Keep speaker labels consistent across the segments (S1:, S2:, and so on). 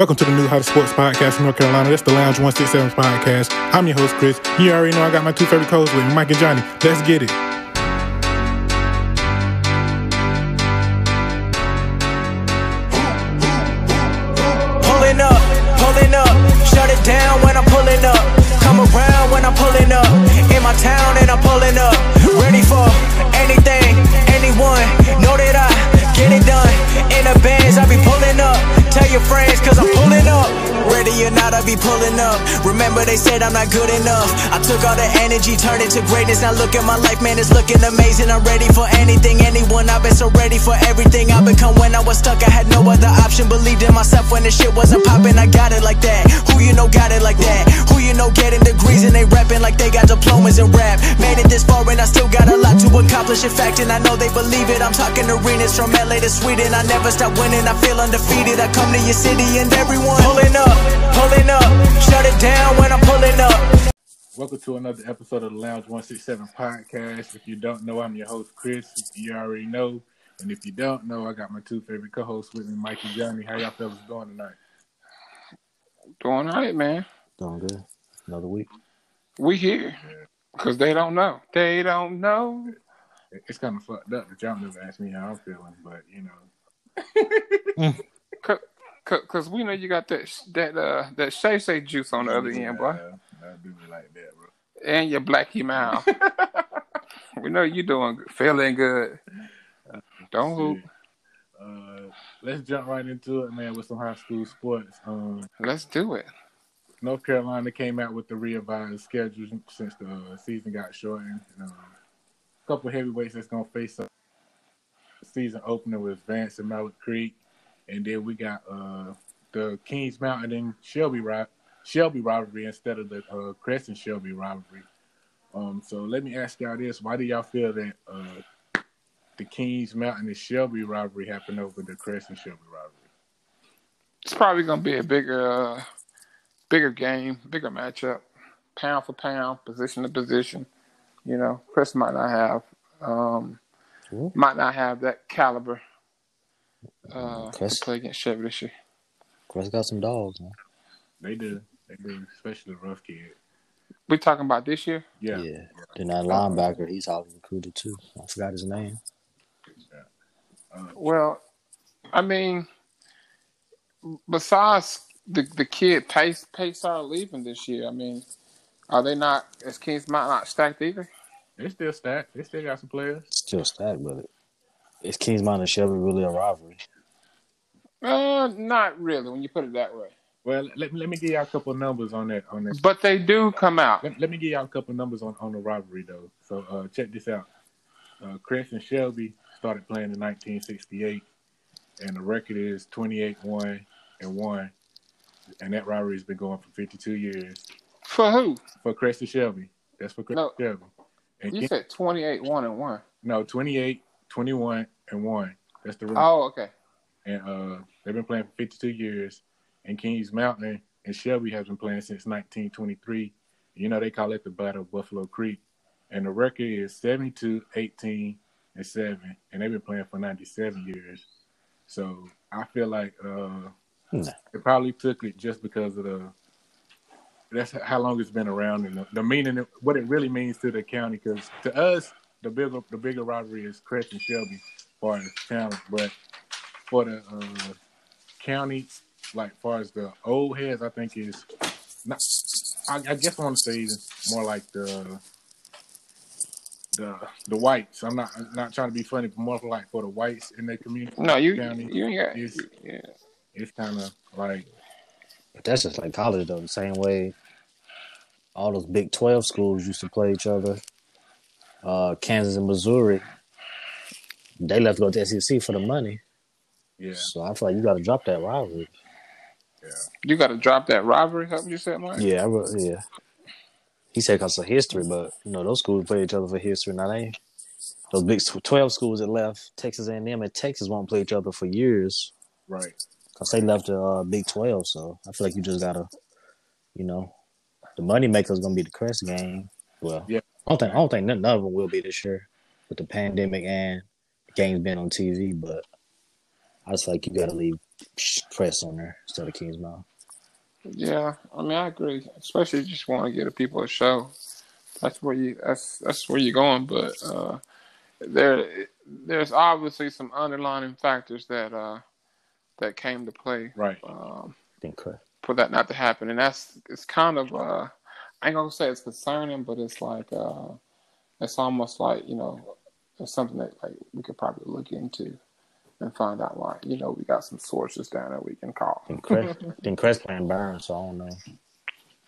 S1: Welcome to the New How to Sports Podcast from North Carolina. That's the Lounge 167 Podcast. I'm your host, Chris. You already know I got my two favorite co hosts with me, Mike and Johnny. Let's get it.
S2: Pulling up, pulling up, shut it down when I'm pulling up. Come around when I'm pulling up. In my town and I'm pulling up. Ready for anything, anyone. Know that I get it done. In the bands, I be pulling up. Tell your friends, cause I'm pulling up. Ready or not, I be pulling up. Remember, they said I'm not good enough. I took all the energy, turned it to greatness. Now look at my life, man, it's looking amazing. I'm ready for anything, anyone. I've been so ready for everything I become when I was stuck. I had no other option. Believed in myself when the shit wasn't popping. I got it like that. Who you know got it like that? Who you know getting degrees and they rapping like they got diplomas in rap. Made it this far and I still got a lot to accomplish. In fact, and I know they believe it. I'm talking arenas from LA to Sweden. I never stop winning. I feel undefeated. I come to your city and everyone pulling up, pulling up. Shut it down when I'm pulling up.
S1: Welcome to another episode of the Lounge 167 Podcast. If you don't know, I'm your host, Chris. You already know. And if you don't know, I got my two favorite co hosts with me, Mike and Johnny. How y'all fellas doing tonight?
S3: Doing all right, man.
S4: Doing good. Another week.
S3: We here. Because they don't know. They don't know.
S1: It's kind of fucked up that y'all never asked me how I'm feeling, but you know,
S3: Because we know you got that sh- that uh, that Shay Shay juice on the other end, boy.
S1: uh, I do be like that, bro.
S3: And your blacky mouth. we know you doing good. Feeling good. Don't hoop.
S1: Uh, let's jump right into it, man, with some high school sports. Um,
S3: Let's do it.
S1: North Carolina came out with the revised schedule since the uh, season got shortened. Um, a couple heavyweights that's gonna face up. Season opener with Vance and Mallet Creek, and then we got uh, the Kings Mountain and Shelby ri- Shelby rivalry instead of the uh, Crescent Shelby rivalry. Um, so let me ask y'all this: Why do y'all feel that uh, the Kings Mountain and Shelby rivalry happened over the Crescent Shelby rivalry?
S3: It's probably going to be a bigger, uh, bigger game, bigger matchup, pound for pound, position to position. You know, Chris might not have, um,
S4: Ooh.
S3: might not have that caliber uh, to
S4: Chris.
S3: play against Chevy this year.
S4: Chris got some dogs, man.
S1: They do, they do, especially the rough kid.
S3: We talking about this year?
S1: Yeah,
S4: Then that linebacker, he's highly recruited too. I forgot his name.
S3: Well, I mean, besides the the kid Pace Pace are leaving this year. I mean, are they not as Kings might not stacked either?
S1: they still stacked. They still got some players.
S4: Still stacked, but is Kings Mountain and Shelby really a rivalry?
S3: Uh, not really when you put it that way.
S1: Well, let, let me give y'all a couple numbers on that. On that,
S3: But they do come out.
S1: let, let me give y'all a couple numbers on, on the rivalry though. So uh, check this out. Uh, Chris and Shelby started playing in 1968, and the record is 28-1 and one, and that rivalry has been going for 52 years
S3: For who?
S1: for Chris and Shelby. That's for Chris
S3: No.
S1: and Shelby. And
S3: You
S1: Ken-
S3: said twenty eight one and one.
S1: no, 28, 21, and one. That's the record.
S3: Oh, okay.
S1: and uh, they've been playing for 52 years. And Kings Mountain and Shelby has been playing since 1923. You know they call it the Battle of Buffalo Creek, and the record is 72, 18, and seven. And they've been playing for 97 years. So I feel like uh,
S4: Nah.
S1: it probably took it just because of the that's how long it's been around and the, the meaning of what it really means to the county. Because to us, the bigger the bigger rivalry is Crest and Shelby, as far as talent, but for the uh, county, like far as the old heads, I think is not. I, I guess I want to say it's more like the the the whites. I'm not I'm not trying to be funny, but more like for the whites in their community.
S3: No, you
S1: County
S3: you ain't got.
S1: is-
S3: yeah.
S1: It's kind of like
S4: But that's just like college though. The same way all those Big Twelve schools used to play each other. Uh, Kansas and Missouri. They left to go to SEC for the money.
S1: yeah,
S4: So I feel like you gotta drop that rivalry.
S3: You got to drop that rivalry. Something you said, Mike.
S4: Yeah, I re- yeah. He said because of history, but you know those schools play each other for history. Now they those big tw- twelve schools that left Texas A and M and Texas won't play each other for years
S1: right.
S4: because they left the uh, Big Twelve. So I feel like you just gotta, you know, the money maker's gonna be the Crest game. Well,
S1: Yeah.
S4: I don't think I don't think none of them will be this year with the pandemic and the games being on TV. But I just feel like you gotta leave press on there instead of Kings Mountain.
S3: Yeah, I mean I agree. Especially if you just want to get the people a show. That's where you that's that's where you're going, but uh there there's obviously some underlying factors that uh that came to play
S1: Right.
S3: um
S4: Think correct.
S3: for that not to happen. And that's it's kind of uh I ain't gonna say it's concerning, but it's like uh it's almost like, you know, it's something that like we could probably look into and find out like, you know, we got some sources down that we can call.
S4: Think Crest, think Crest playing Burn, so I don't know.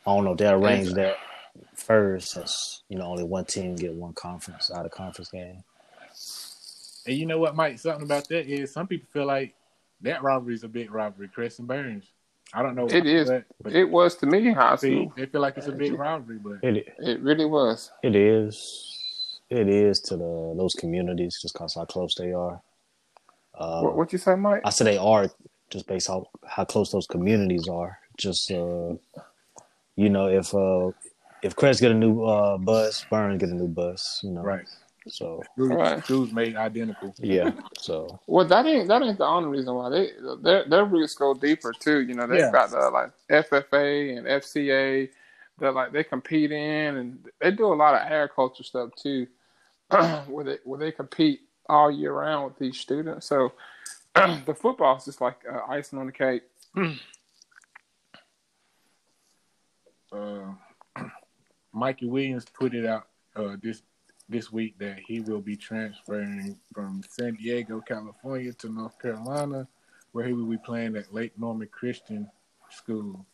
S4: I don't know if they'll arrange that first since you know only one team get one conference out of conference game.
S1: And you know what, Mike? Something about that is some people feel like that rivalry is a big rivalry, Crest and Burns. I don't know.
S3: It
S1: why,
S3: is.
S1: But, but
S3: It was to me in high
S1: see,
S3: school.
S1: they feel like it's a big rivalry, but
S4: It
S3: It really was.
S4: it is it is to the those communities just because how close they are. Uh,
S3: what what you say, Mike?
S4: I say they are just based on how close those communities are. Just uh, you know, if uh, if Crest get a new uh, bus, Burns get a new bus. You know,
S1: right.
S4: So
S1: Schools,
S3: Right.
S1: schools made identical.
S4: yeah, so
S3: Well, that ain't that ain't the only reason why they their their roots go deeper too. You know, they've
S1: Yeah.
S3: got the like FFA and FCA. They're like they compete in and they do a lot of agriculture stuff too, where they where they compete all year round with these students. So the football's just like uh, icing on the cake.
S1: Uh, Mikey Williams tweeted out uh, this this week that he will be transferring from San Diego, California, to North Carolina, where he will be playing at Lake Norman Christian School.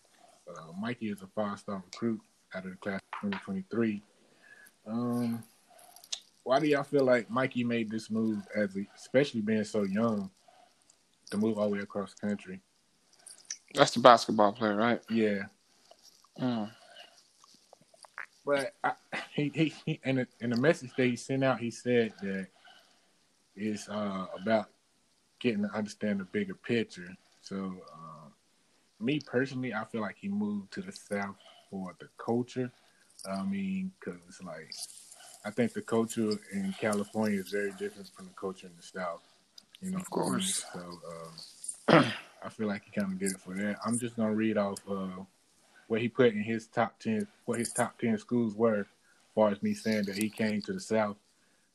S1: Uh, Mikey is a five-star recruit out of the class of 2023. Um, why do y'all feel like Mikey made this move, as a, especially being so young, to move all the way across the country?
S3: That's the basketball player, right?
S1: Yeah,
S3: Mm.
S1: But I, he, he, he in, the, in the message that he sent out, he said that it's uh, about getting to understand the bigger picture. So, uh, me personally, I feel like he moved to the South for the culture. I mean, because it's like, I think the culture in California is very different from the culture in the South. You know,
S3: Of course.
S1: So, um, I feel like he kind of did it for that. I'm just gonna read off uh, what he put in his top ten, what his top ten schools were, as far as me saying that he came to the South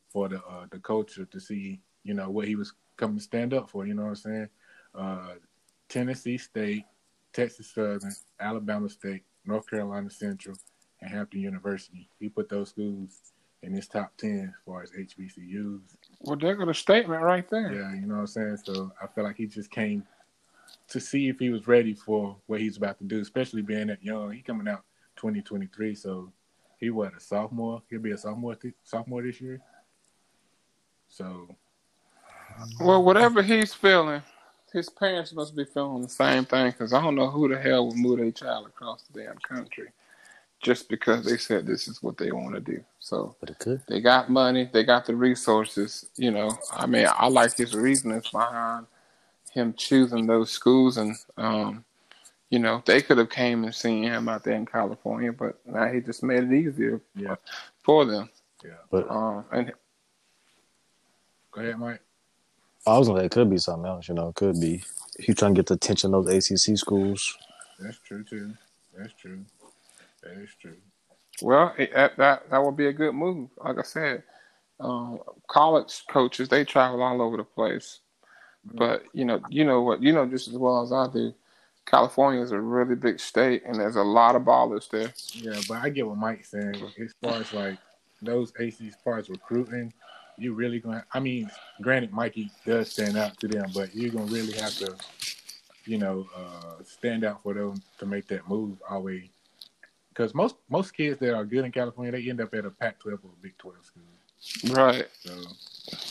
S1: for the uh, the culture to see, you know, what he was coming to stand up for. You know what I'm saying? Uh, Tennessee State, Texas Southern, Alabama State, North Carolina Central, and Hampton University. He put those schools in his top ten as far as HBCUs.
S3: Well, there go the statement right there.
S1: Yeah, you know what I'm saying? So I feel like he just came to see if he was ready for what he's about to do, especially being that young. He coming out 2023, so he what a sophomore. He'll be a sophomore th- sophomore this year. So
S3: Well, whatever he's feeling, his parents must be feeling the same thing because I don't know who the hell would move their child across the damn country just because they said this is what they want to do. So
S4: but it could.
S3: they got money, they got the resources. You know, I mean, I like his reasonings behind him choosing those schools, and um, you know, they could have came and seen him out there in California, but now he just made it easier
S1: Yeah.
S3: for them.
S1: Yeah.
S4: But-
S3: um, and
S1: go ahead, Mike.
S4: I was gonna say it could be something else. You know, it could be he trying to get the attention of those ACC schools.
S1: That's true too. That's true. That is true.
S3: Well, it, that, that that would be a good move. Like I said, um, college coaches they travel all over the place, but you know, you know what, you know just as well as I do. California is a really big state, and there's a lot of ballers there.
S1: Yeah, but I get what Mike's saying. As far as like those AC as far as recruiting, you really gonna. I mean, granted, Mikey does stand out to them, but you're gonna really have to, you know, uh, stand out for them to make that move always. Because most most kids that are good in California, they end up at a Pac-12 or a Big 12 school,
S3: Right.
S1: so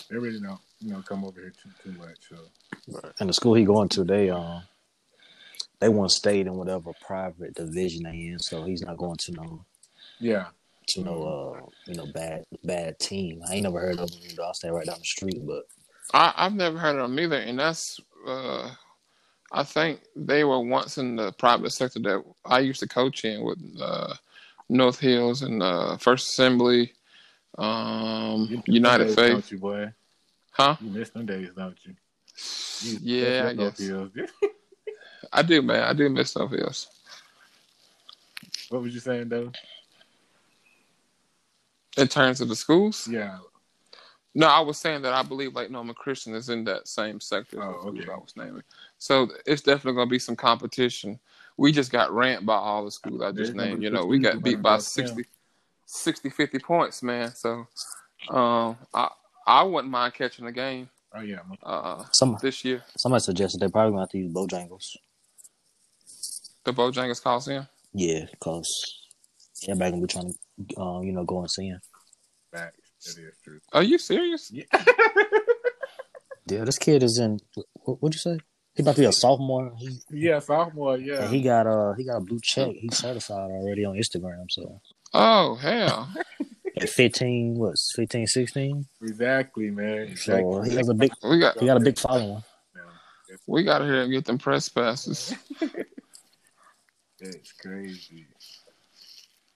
S1: they really don't, you know, come over here too too much. So
S4: And the school he going to, they um, they want stayed in whatever private division they in, so he's not going to no
S1: yeah,
S4: to no uh you know bad bad team. I ain't never heard of them. You know, I stay right down the street, but
S3: I, I've never heard of them either, and that's. Uh, I think they were once in the private sector that I used to coach in with uh, North Hills and uh, First Assembly, um,
S1: You miss them
S3: United
S1: days,
S3: Faith,
S1: don't you, boy?
S3: huh?
S1: You miss them days, don't you? You
S3: Yeah,
S1: definitely
S3: I guess.
S1: know Hills.
S3: I do, man. I do miss South Hills.
S1: what was you saying, though?
S3: In terms of the schools,
S1: Yeah.
S3: no, I was saying that I believe like Norman Christian is in that same sector.
S1: Oh,
S3: as the schools
S1: okay.
S3: I was naming. So it's definitely going to be some competition. We just got ramped by all the schools I
S1: There's
S3: just
S1: gonna
S3: named.
S1: be
S3: You
S1: some
S3: know, we
S1: schools
S3: got
S1: running
S3: beat by
S1: down.
S3: 60, 60, 50 points, man. So um, I I wouldn't mind catching a game
S1: Oh, yeah. man.
S3: uh,
S4: Some
S3: this year.
S4: somebody suggested they probably gonna have to use Bojangles.
S3: The Bojangles Coliseum.
S4: Yeah, cause everybody gonna be trying to, uh, you know, go and see him.
S1: Facts. That is true.
S3: Are you serious?
S4: Yeah, this kid is in. What, what'd you say? He about to be a sophomore. He
S1: Yeah, sophomore. Yeah.
S4: and he got uh he got a blue check. He's certified already on Instagram. So
S3: Oh hell!
S4: at 15, what 15, 16?
S1: exactly, man.
S4: So
S1: Exactly.
S4: he has a big
S3: we got
S4: he got a big following.
S3: we got here and get them press passes.
S1: That's crazy.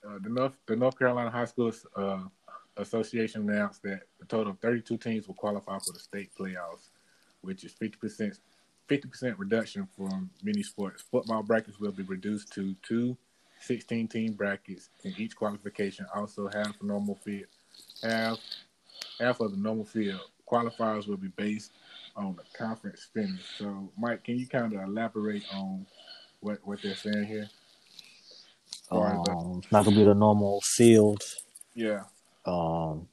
S1: Uh, the North the North Carolina High School uh, Association announced that a total of 32 teams will qualify for the state playoffs, which is 50 percent 50 percent reduction from many sports. Football brackets will be reduced to two 16 team brackets, and each qualification also half the normal field half half of the normal field. Qualifiers will be based on the conference finish. So, Mike, can you kind of elaborate on what what they're saying here? Right, but-
S4: Um, not gonna be the normal field.
S1: Yeah.
S4: Um,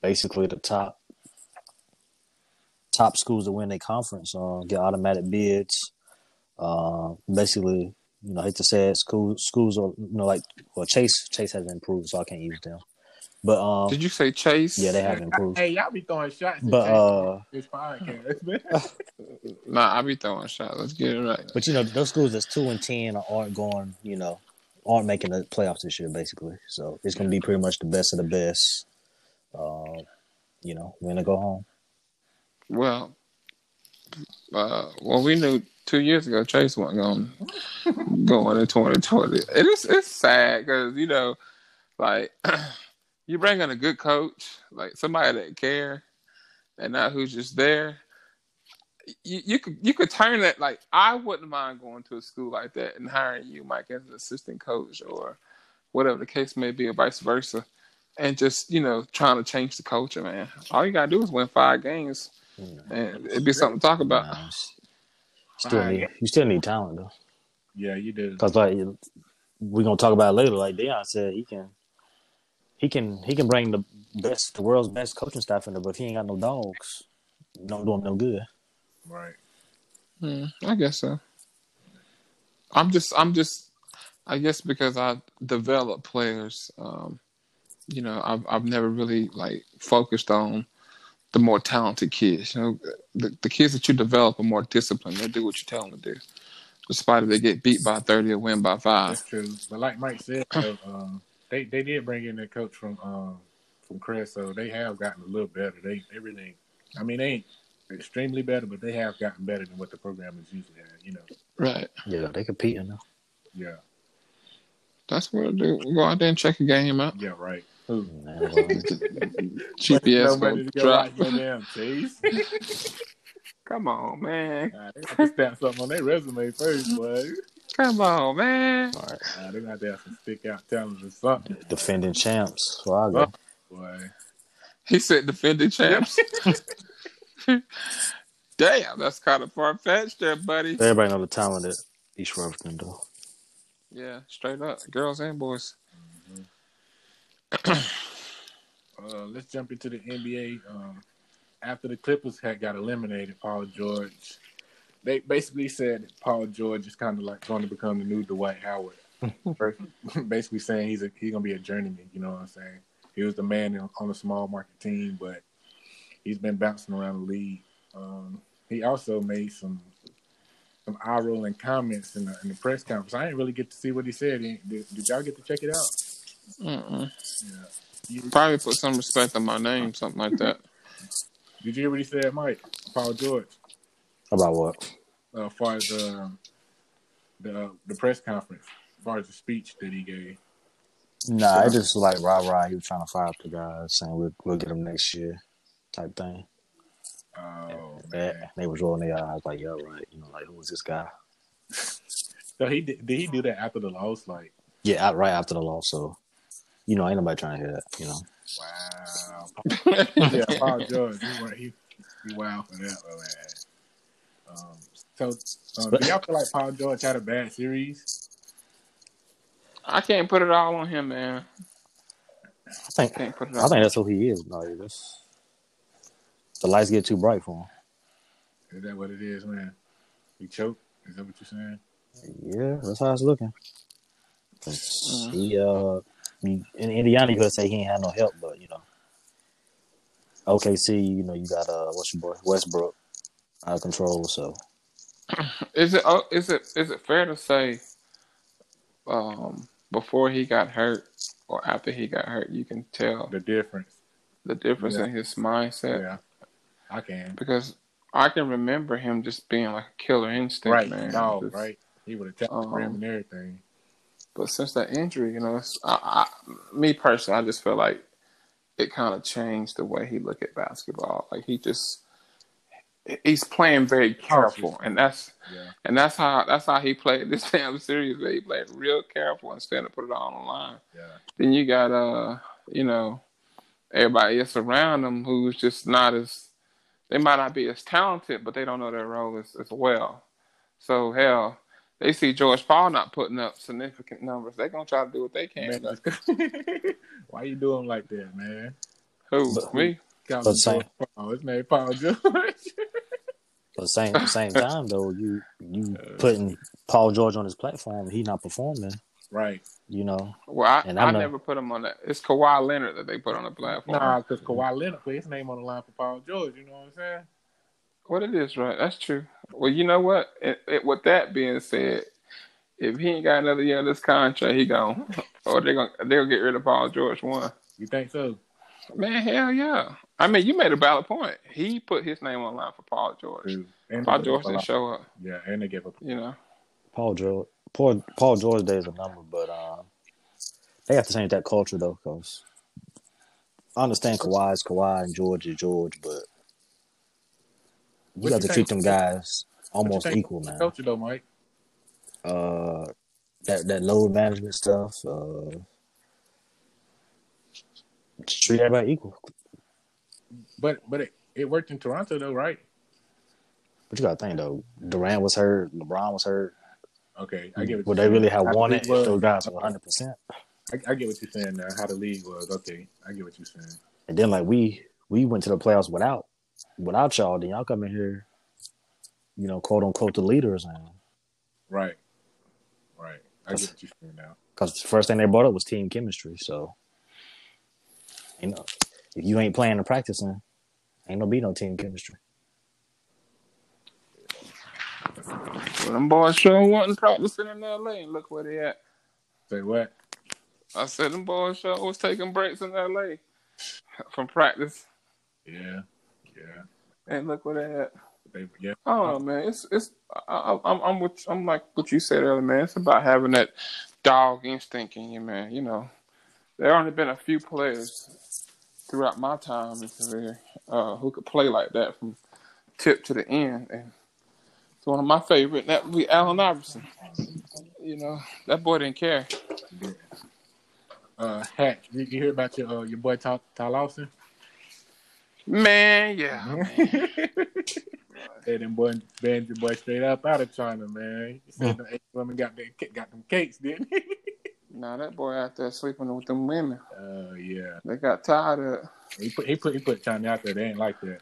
S4: basically the top top schools that win their conference uh, get automatic bids. Uh, basically, you know, I hate to say it, school schools are you know like well Chase Chase has improved, so I can't use them. But
S1: Oh.
S4: um,
S3: Did you say Chase?
S4: yeah, they have improved.
S1: Hey, y'all be throwing shots at
S4: But uh,
S1: this podcast, man.
S3: Nah, I be throwing shots. Let's get it right.
S4: but you know, those schools that's two and ten aren't going. You know, aren't making the playoffs this year, basically. So it's gonna be pretty much the best of the best. Uh, you know, when to go home.
S3: Well, uh, well, we knew two years ago Chase wasn't going going in twenty twenty. It is it's sad because you know, like you bring in a good coach, like somebody that care, and not who's just there. You, you could you could turn that like I wouldn't mind going to a school like that and hiring you, Mike, as an assistant coach or whatever the case may be, or vice versa, and just you know trying to change the culture, man. All you gotta do is win five games,
S4: You know,
S3: and it'd be something to talk about.
S4: Nah, it's- still need, you still need talent though,
S1: yeah, you did.
S4: because like we're gonna talk about it later. Like Deion said, he can, he can, he can bring the best, the world's best coaching staff in there, but if he ain't got no dogs, don't do him no good.
S1: Right.
S3: Hmm, I guess so. I'm just, I'm just, I guess because I develop players. Um, you know, I've I've never really like focused on the more talented kids. You know, the, the kids that you develop are more disciplined. They do what you tell them to do, despite if they get beat by thirty or win by five.
S1: That's true. But like Mike said, though, um, they they did bring in their coach from um, from Crest, so they have gotten a little better. They they really, ain't- I mean, they ain't extremely better, but they have gotten better than what the program is usually at. You know.
S3: Right.
S4: Yeah, they compete now.
S1: Yeah.
S3: That's what I do. Go out there and check a game out.
S1: Yeah. Right. Who?
S3: GPS
S1: Nobody
S3: gonna
S1: to go
S3: drop.
S1: out your damn cheese.
S3: Come on, man.
S1: Nah, they have to stamp something on their resume first, boy.
S3: Come on, man.
S1: Nah, they got to have some stick out talent or something,
S4: Defending champs, so I go.
S1: boy.
S3: He said defending champs. Damn, that's kind of far fetched there, buddy.
S4: Everybody know the talent that East Rutherford though.
S3: Yeah, straight up, girls and boys.
S1: Uh, let's jump into the NBA. Um, after the Clippers had got eliminated, Paul George, they basically said that Paul George is kind of like going to become the new Dwight Howard. basically saying he's a, he's gonna be a journeyman. You know what I'm saying? He was the man in- on a small market team, but he's been bouncing around the league. Um, he also made some some eye rolling comments in the, in the press conference. I didn't really get to see what he said. Did, did y'all get to check it out?
S3: Mm-mm.
S1: Yeah. You-
S3: Probably put some respect on my name, something like that.
S1: Did you hear what he said, Mike? Paul George.
S4: About what?
S1: uh, as far as um, the the press conference, as far as the speech that he gave.
S4: Nah, it just like rah rah. He was trying to fire up the guys, saying we'll we'll get him next year, type thing.
S1: Oh,
S4: Yeah,
S1: man.
S4: they was rolling their eyes like, yeah, right. You know, like who was this guy?
S1: So he did, did he do that after the loss? Like,
S4: Yeah, out, right after the law. So, you know, ain't nobody trying to hear that. You know,
S1: wow. yeah, Paul George. He, wa- he, he wow for that, my man. Um, so, uh, do y'all feel like Paul George had a bad series?
S3: I can't put it all on him, man.
S4: I think
S3: Can't put it
S4: I
S3: all.
S4: think that's who he is. No, that's the lights get too bright for
S1: Is that what it is, man? He choked? Is that what you're saying?
S4: him. Yeah, that's how it's looking. 'Cause He uh, he- in Indiana, you could say he ain't had no help, but you know, OKC, you know, you got uh, what's your boy Westbrook out of control. So
S3: Is it oh, is it is it fair to say, um, before he got hurt or after he got hurt, you can tell
S1: The difference.
S3: the difference in his mindset
S1: Yeah. I can.
S3: because I can remember him just being like a killer instinct,
S1: Right.
S3: man.
S1: No,
S3: Just-
S1: right. He would have tapped
S3: Um,
S1: the rim and everything.
S3: But since that injury, you know, it's, I, I, me personally, I just feel like it kind of changed the way he look at basketball. Like he just he's playing very careful, and that's
S1: Yeah.
S3: and that's how that's how he played this damn series. Man. He played real careful instead of put it all on the line.
S1: Yeah.
S3: Then you got uh, you know, everybody else around him who's just not as they might not be as talented, but they don't know their role as, as well. So hell, they see George Paul not putting up significant numbers. They're gonna try to do what they can.
S1: Man, why you doing like that, man?
S3: Who? Me?
S1: Got
S4: But
S1: me
S4: same-
S1: George Paul. His name Paul George.
S4: But same same time though, you you putting Paul George on his platform, he not performing.
S1: right.
S4: You know,
S3: Well, I,
S4: And
S3: I
S4: I'm not-
S3: never put him on that. It's Kawhi Leonard that they put on the platform.
S1: Nah, because Kawhi Leonard put his name on the line for Paul George. You know what I'm saying?
S3: What it is, right? That's true. Well, you know what? It, it, with that being said, if he ain't got another year of this contract, he gone. or they're gonna they'll get rid of Paul George one.
S1: You think so?
S3: Man, hell yeah. I mean, you made a valid point. He put his name online for Paul George.
S1: And
S3: Paul
S1: they gave
S3: George
S1: up
S3: didn't
S1: a lot.
S3: show up,
S1: Yeah, and they gave up.
S3: you know.
S4: Paul George, Paul Paul George Day is a number, but uh, they have to change that culture though, because I understand Kawhi is Kawhi and George is George, but you
S1: What
S4: got
S1: you
S4: to treat
S1: think-
S4: them guys
S1: What you
S4: almost
S1: think
S4: equal,
S1: of the
S4: man.
S1: Culture though, Mike.
S4: Uh, that that load management stuff, uh, just treat everybody equal.
S1: But but it, it worked in Toronto though, right?
S4: But you got to think though, Durant was hurt, LeBron was hurt.
S1: Okay, I get what.
S4: Would
S1: you're
S4: they really
S1: saying.
S4: have
S1: How
S4: won
S1: the
S4: it
S1: league
S4: if
S1: was.
S4: those guys were 100 percent?
S1: I, I get what you're saying now. How the league was. Okay, I get what you're saying.
S4: And then like we we went to the playoffs without without y'all. Then y'all come in here, you know, quote unquote the leaders, and
S1: Right. Right. I
S4: That's-
S1: get what you're saying now.
S4: because the first thing they brought up was team chemistry. So you know, if you ain't playing and practicing, ain't no be no team chemistry.
S3: Well, them boys sure wasn't practicing in LA and look where they at.
S1: Say what?
S3: I said them boys sure was taking breaks in LA from practice
S1: Yeah. Yeah.
S3: and look where they at.
S1: They, yeah.
S3: Oh man, it's it's I, I- I'm I'm with, I'm like what you said earlier, man. It's about having that dog instinct in you, man. You know, there only been a few players throughout my time in career uh, who could play like that from tip to the end, and it's one of my favorite. and That would be Allen Iverson. You know, that boy didn't care.
S1: Uh, Hack, you, you hear about your uh, your boy Ty, Ty Lawson?
S3: Man, yeah,
S1: Hey, them boy banned your boy straight up out of China, man. You said the Asian woman got them, ca- got them cakes, didn't he?
S3: now that boy out there sleeping with them women,
S1: Uh, yeah.
S3: they got tired of. it.
S1: He put he put he put China out there. They ain't like that.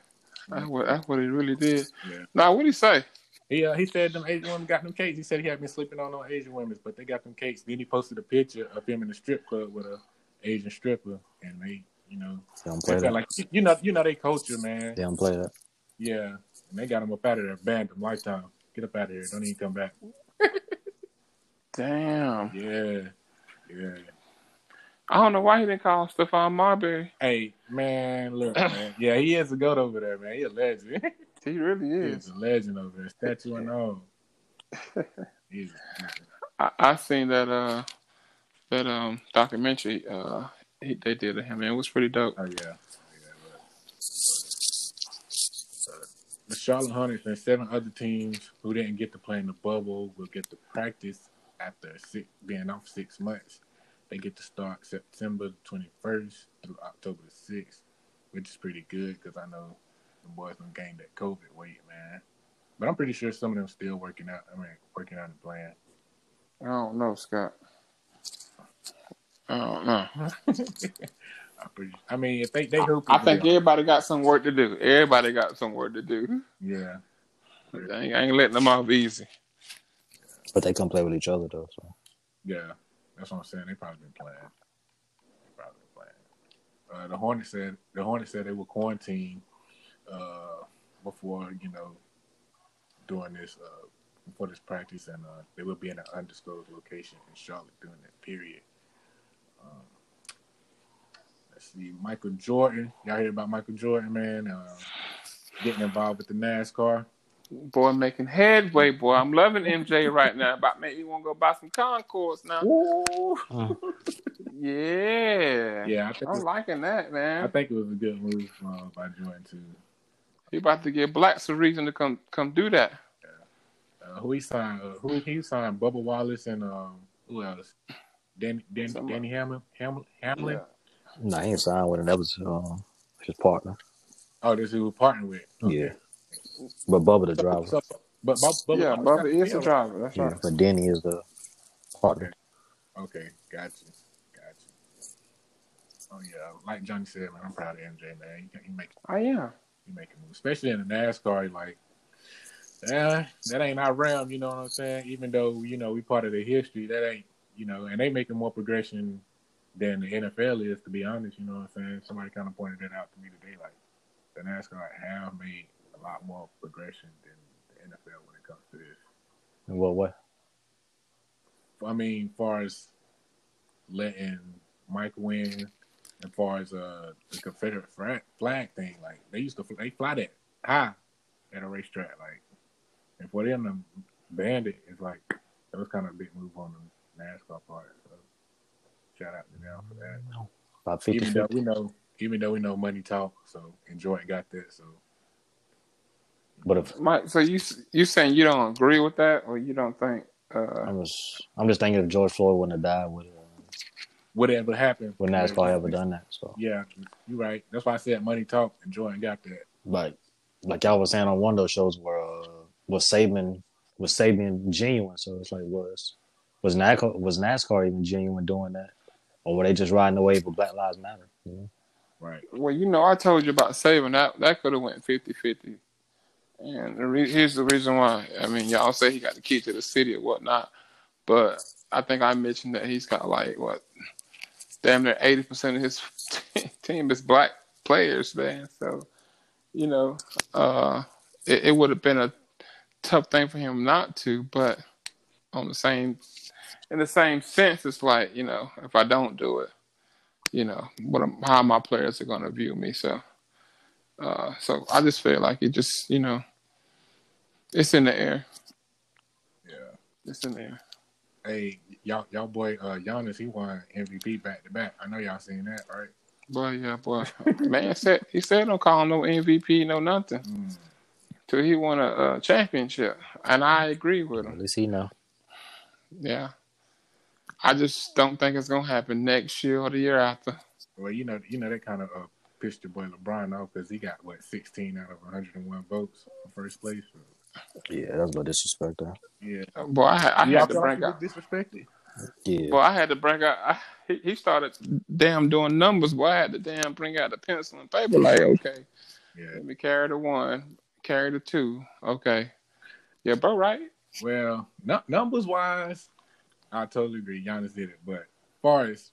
S3: That's what that's what he really did.
S1: Yeah.
S3: Now, what would he say?
S1: He uh, he said them Asian women got them cakes. He said he had been sleeping on no Asian women, but they got them cakes. Then he posted a picture of him in the strip club with a Asian stripper, and they, you know,
S4: They don't play
S1: they felt
S4: that.
S1: like you know you know they culture, man.
S4: they don't play that.
S1: Yeah, and they got him up out of there, banned him lifetime. Get up out of here. Don't even come back.
S3: Damn.
S1: Yeah, yeah.
S3: I don't know why he didn't call Stephon Marbury.
S1: Hey, man, look, man. Yeah, he is a goat over there, man. He a legend.
S3: He really
S1: He's
S3: is.
S1: a legend over there. Statue and all. He's
S3: I, I seen that uh that um documentary uh he, they did of him. and It was pretty dope.
S1: oh yeah. the Charlotte Hornets and seven other teams who didn't get to play in the bubble will get to practice after six, being off six months. They get to start September 21st through October the 6th, which is pretty good because I know the boys done gained that COVID weight, man. But I'm pretty sure some of them still working out. I mean, working out and playing.
S3: I don't know, Scott. I don't know.
S1: I'm pretty, I mean, if they they hope,
S3: I think everybody got some work to do. Everybody got some work to do.
S1: yeah.
S3: I ain't, I ain't letting them off easy.
S4: But they come play with each other though. So.
S1: Yeah, that's what I'm saying. They probably been playing. They probably been playing. Uh, the Hornets said the Hornets said they were quarantined uh, before you know doing this uh, before this practice, and uh, they will be in an undisclosed location in Charlotte during that period. Um, let's see, Michael Jordan. Y'all hear about Michael Jordan, man? Uh, getting involved with the NASCAR.
S3: Boy, making headway, boy. I'm loving MJ right now. About maybe you want to go buy some Concords now. Yeah.
S1: Yeah, I think
S3: I'm
S1: it's-
S3: liking that,
S1: I
S3: man.
S1: think it was a good move uh, by Jordan too.
S3: He about to give blacks a reason to come come do that.
S1: uh, who he signed? Uh, who he signed? Bubba Wallace and um, who else? Danny Danny,
S3: Somebody.
S1: Danny Hamlin Hamlin. Hamlin?
S4: No, he ain't signed with him. That was um, his partner.
S1: Oh, this is who we partnered with.
S4: Yeah. But Bubba the
S1: So,
S4: driver.
S1: so, but Bub, Bubba,
S3: yeah,
S1: Wallace
S3: Bubba
S1: got
S3: is a
S1: deal.
S3: driver. That's
S4: Yeah.
S3: right.
S4: But Denny is the partner.
S1: Okay, gotcha, gotcha. Oh yeah, like Johnny said, man, I'm proud of MJ, man. He, he make
S3: I am.
S1: he make a move, especially in the NASCAR. Like, yeah, that ain't our realm. You know what I'm saying? Even though you know we part of the history, that ain't you know, and they making more progression than the NFL is. To be honest, you know what I'm saying? Somebody kind of pointed that out to me today. Like, the NASCAR have made a lot more progression than the NFL when it comes to this.
S4: In what way?
S1: I mean, far as letting Mike win, and far as uh, the Confederate flag, flag thing, like they used to fl- they fly that high at a racetrack, like, and for them to ban it, it's like that was kind of a big move on the NASCAR part. So shout out to them for that.
S4: About 50
S1: Even though we know, even though we know money talk, so and Jordan got that, so
S4: But if
S3: Mike, so you you saying you don't agree with that, or you don't think? Uh,
S4: I'm just, I'm just thinking if George Floyd wouldn't have died, would, uh,
S1: whatever happened,
S4: would NASCAR ever done that? So,
S1: Yeah, you're right. That's why I said money talk, and Jordan got that.
S4: like, like y'all was saying on one of those shows where uh, was Saban was Saban genuine? So it's like was was NASCAR was NASCAR even genuine doing that, or were they just riding the wave of Black Lives Matter? You know?
S1: Right.
S3: well, you know, I told you about saving that. That could have went 50-50. And the re- here's the reason why. I mean, y'all say he got the key to the city or whatnot, but I think I mentioned that he's got like what, damn near eighty percent of his team is black players, man. So, you know, uh, it, it would have been a tough thing for him not to, but on the same, in the same sense, it's like you know, if I don't do it, you know, what am, how my players are going to view me. So, uh, so I just feel like it just you know, it's in the air.
S1: Yeah.
S3: It's in the air.
S1: Hey, y'all, y'all boy, uh, Giannis, he won MVP back to back. I know y'all seen that, right?
S3: Boy, yeah, boy. Man said he said don't call him no MVP, no nothing. Till he won a, uh championship, and I agree with
S4: At
S3: him.
S4: least he know.
S3: Yeah, I just don't think it's gonna happen next year or the year after.
S1: Well, you know, you know that kind of uh, pissed your boy LeBron off because he got what 16 out of 101 votes for first place.
S4: Yeah, that's about disrespect. Though.
S1: Yeah,
S3: Boy, I, had- I
S1: Y'all
S3: had to
S1: feel like
S3: break
S1: he was
S3: out.
S1: disrespected.
S4: Yeah,
S3: Boy, I had to break out. I, he, he started damn doing numbers. Boy, I had to damn bring out the pencil and paper. Like, okay,
S1: Yeah.
S3: let me carry the one, carry the two. Okay, yeah, bro, right?
S1: Well, nu- numbers wise, I totally agree. Giannis did it, but as far as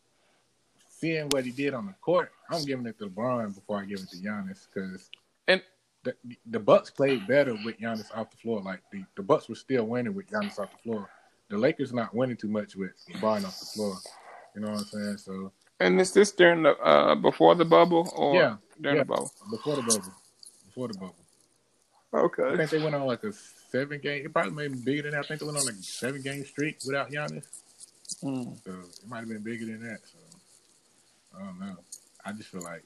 S1: seeing what he did on the court, I'm giving it to LeBron before I give it to Giannis because
S3: And-
S1: the, the Bucks played better with Giannis off the floor. Like the, the Bucks were still winning with Giannis off the floor. The Lakers not winning too much with LeBron off the floor. You know what I'm saying? So
S3: And is this during the uh before the bubble or
S1: Yeah,
S3: during
S1: yeah.
S3: the bubble?
S1: before the bubble, before the bubble, I
S3: Okay.
S1: think they went on like a seven game. It probably made bigger than that. I think they went on like a seven game streak without Giannis.
S3: Mm.
S1: So it might have been bigger than that. So I don't know. I just feel like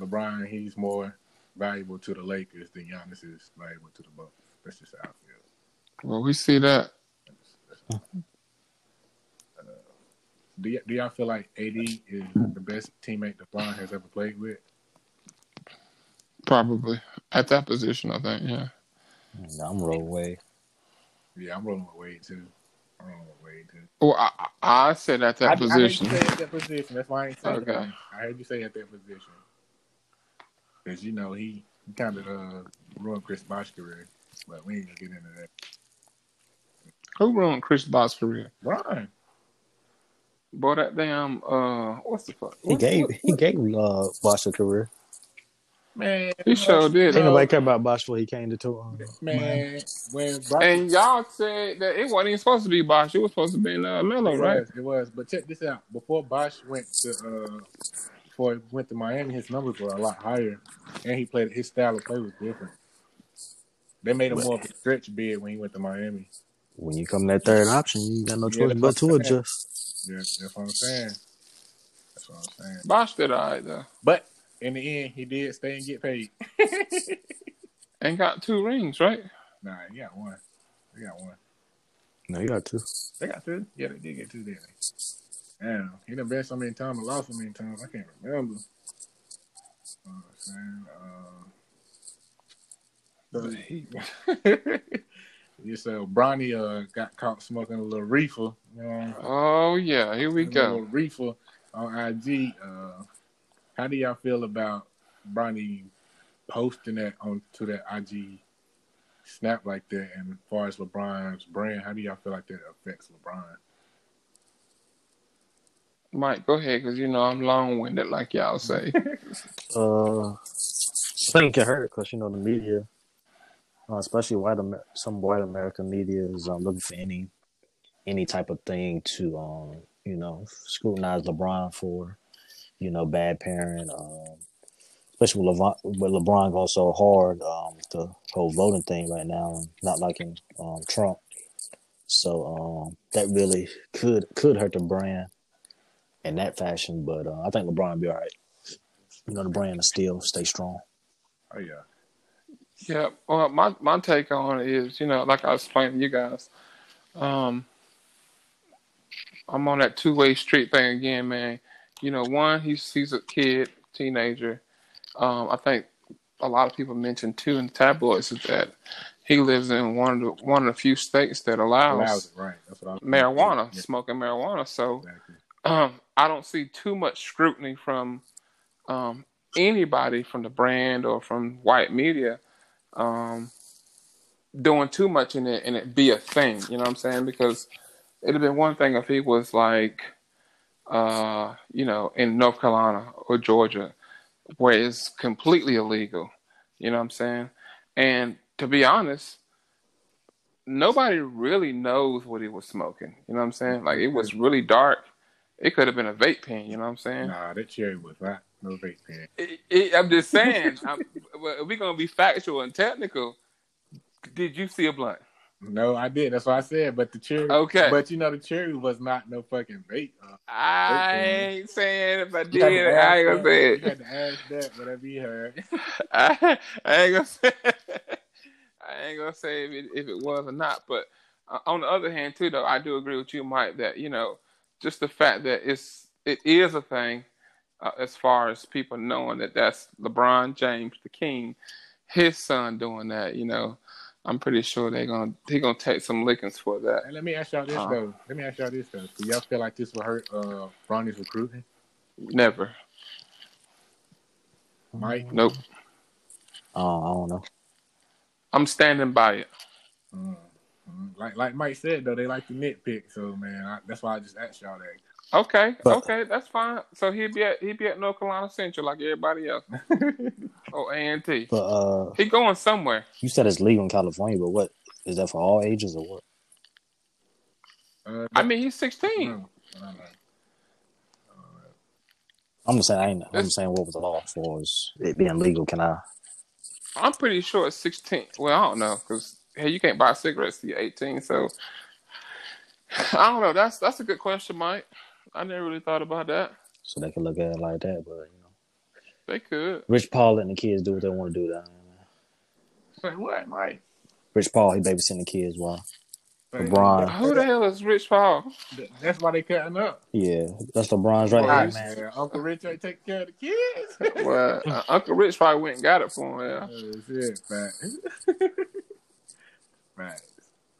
S1: LeBron, he's more valuable to the Lakers than Giannis is valuable to the Bucks. That's just how I feel.
S3: Well, we see that.
S1: Do, y- do y'all feel like AD is the best teammate LeBron has ever played with?
S3: Probably at that position, I think. Yeah,
S4: No, I'm roll away.
S1: Yeah, I'm rolling with Wade too. I'm rolling with Wade too.
S3: well, I, I I said at that
S1: I,
S3: position.
S1: I heard you say at that position. That's why I ain't saying
S3: Okay.
S1: that. I heard you say at that position. Because, you know, he, he kind of uh, ruined Chris Bosh's career. But we ain't going to get into that.
S3: Who ruined Chris Bosh's career?
S1: Brian.
S3: Boy, that damn uh, what's the fuck?
S4: He gave he gave uh Bosh a career.
S1: Man.
S3: He sure did.
S4: Ain't nobody care about Bosh when he came to tour. uh,
S1: Man. When Bron-
S3: And y'all said that it wasn't even supposed to be Bosh. It was supposed to be uh, Melo,
S1: It
S3: right?
S1: was, it was. But check this out. Before Bosch went to uh, before he went to Miami, his numbers were a lot higher, and he played his style of play was different. They made him more of a stretch bid when he went to Miami.
S4: When you come to that third option, you got no
S1: Yeah,
S4: choice
S1: that's
S4: but to
S1: what I'm saying.
S4: adjust.
S1: Yeah, that's what I'm saying. That's what I'm saying.
S3: Bosh did all right though,
S1: But in the end, he did stay and get paid.
S3: and got two rings, right?
S1: Nah, he got one. They got one.
S4: No, you got to.
S1: They got two. Yeah, they did get two, didn't they? Damn, he done bet so many times and lost so many times. I can't remember. You know what I'm saying? Uh,
S3: But he-
S1: Yeah, so Bronny uh, got caught smoking a little reefer. You know,
S3: Oh yeah, here we
S1: a little
S3: go.
S1: reefer on IG. Uh, how do y'all feel about Bronny posting that onto that IG snap like that? And as far as LeBron's brand, how do y'all feel like that affects LeBron? Mm-hmm.
S3: Mike, go ahead, cause you know I'm long-winded, like y'all say.
S4: Uh, I think it hurt because you know the media, uh, especially white Amer- some white American media is um, looking for any any type of thing to um you know scrutinize LeBron for, you know bad parent, um, especially with LeBron, with LeBron going so hard um with the whole voting thing right now, and not liking um Trump, so um that really could could hurt the brand in that fashion, but uh, I think LeBron will be all right you know the brand is still stay strong.
S1: Oh yeah,
S3: Yeah, well, my my take on it is, you know, like I was explaining to you guys, um, I'm on that two way street thing again, man. You know, one, he's he's a kid, teenager. Um, I think a lot of people mentioned too in the tabloids is that he lives in one of the one of the few states that
S1: Allows
S3: allows
S1: it, right? That's what I was
S3: marijuana,
S1: Yeah,
S3: smoking marijuana. So
S1: exactly.
S3: um, I don't see too much scrutiny from um, anybody from the brand or from white media um, doing too much in it and it be a thing. You know what I'm saying? Because it'd have been one thing if he was like, uh, you know, in North Carolina or Georgia, where it's completely illegal. You know what I'm saying? And to be honest, nobody really knows what he was smoking. You know what I'm saying? Like it was really dark. It could have been a vape pen. You know what I'm saying?
S1: Nah, that cherry was not no vape pen.
S3: It, it, I'm just saying. I'm, we're gonna be factual and technical. Did you see a blunt?
S1: No, I did. That's what I said. But the cherry,
S3: Okay.
S1: But you know, the cherry was not no fucking vape. Uh,
S3: I ain't saying if I
S1: You had to
S3: did,
S1: ask
S3: I ain't gonna
S1: that.
S3: say
S1: You
S3: it.
S1: had to ask that, whatever you heard.
S3: I, I ain't gonna say. I ain't gonna say if it, if it was or not. But uh, on the other hand, too, though, I do agree with you, Mike, that you know, just the fact that it's it is a thing, uh, as far as people knowing that that's LeBron James, the King, his son doing that. You know, I'm pretty sure they're gonna they gonna take some lickings for that.
S1: And let me ask y'all this
S3: Uh-huh.
S1: though. Let me ask y'all this though. Do y'all feel like this will hurt uh Bronny's recruiting?
S3: Never.
S1: Mike?
S3: Nope.
S4: Uh, I don't know.
S3: I'm standing by it.
S1: Mm, mm. Like like Mike said though, they like to nitpick. So man, I, that's why I just asked y'all that.
S3: Okay,
S4: But-
S3: okay, that's fine. So he'd be at he'd be at North Carolina Central like everybody else. oh, A and T.
S4: But uh,
S3: He going somewhere.
S4: you said it's legal in California, but what is that for all ages or what?
S1: Uh,
S3: I mean, he's sixteen.
S1: no, I don't know.
S4: I'm just saying. I ain't, I'm just saying what was the law for is it being legal? Can I?
S3: I'm pretty sure it's sixteen. Well, I don't know because hey, you can't buy cigarettes till you're eighteen. So I don't know. That's that's a good question, Mike. I never really thought about that.
S4: So they can look at it like that, but you know,
S3: They could.
S4: Rich Paul letting the kids do what they want to do down there. man.
S3: Say what, Mike?
S4: Rich Paul, he babysitting the kids while
S1: Like,
S4: LeBron.
S3: Who the hell is Rich Paul?
S1: That's why they cutting up.
S4: Yeah, that's LeBron's right
S3: Right.
S4: hand
S1: Right,
S4: man.
S1: man. Uncle Rich ain't taking care of the kids.
S3: well, uh, Uncle Rich probably went and got it for him. Yeah.
S1: Oh, shit, man. right.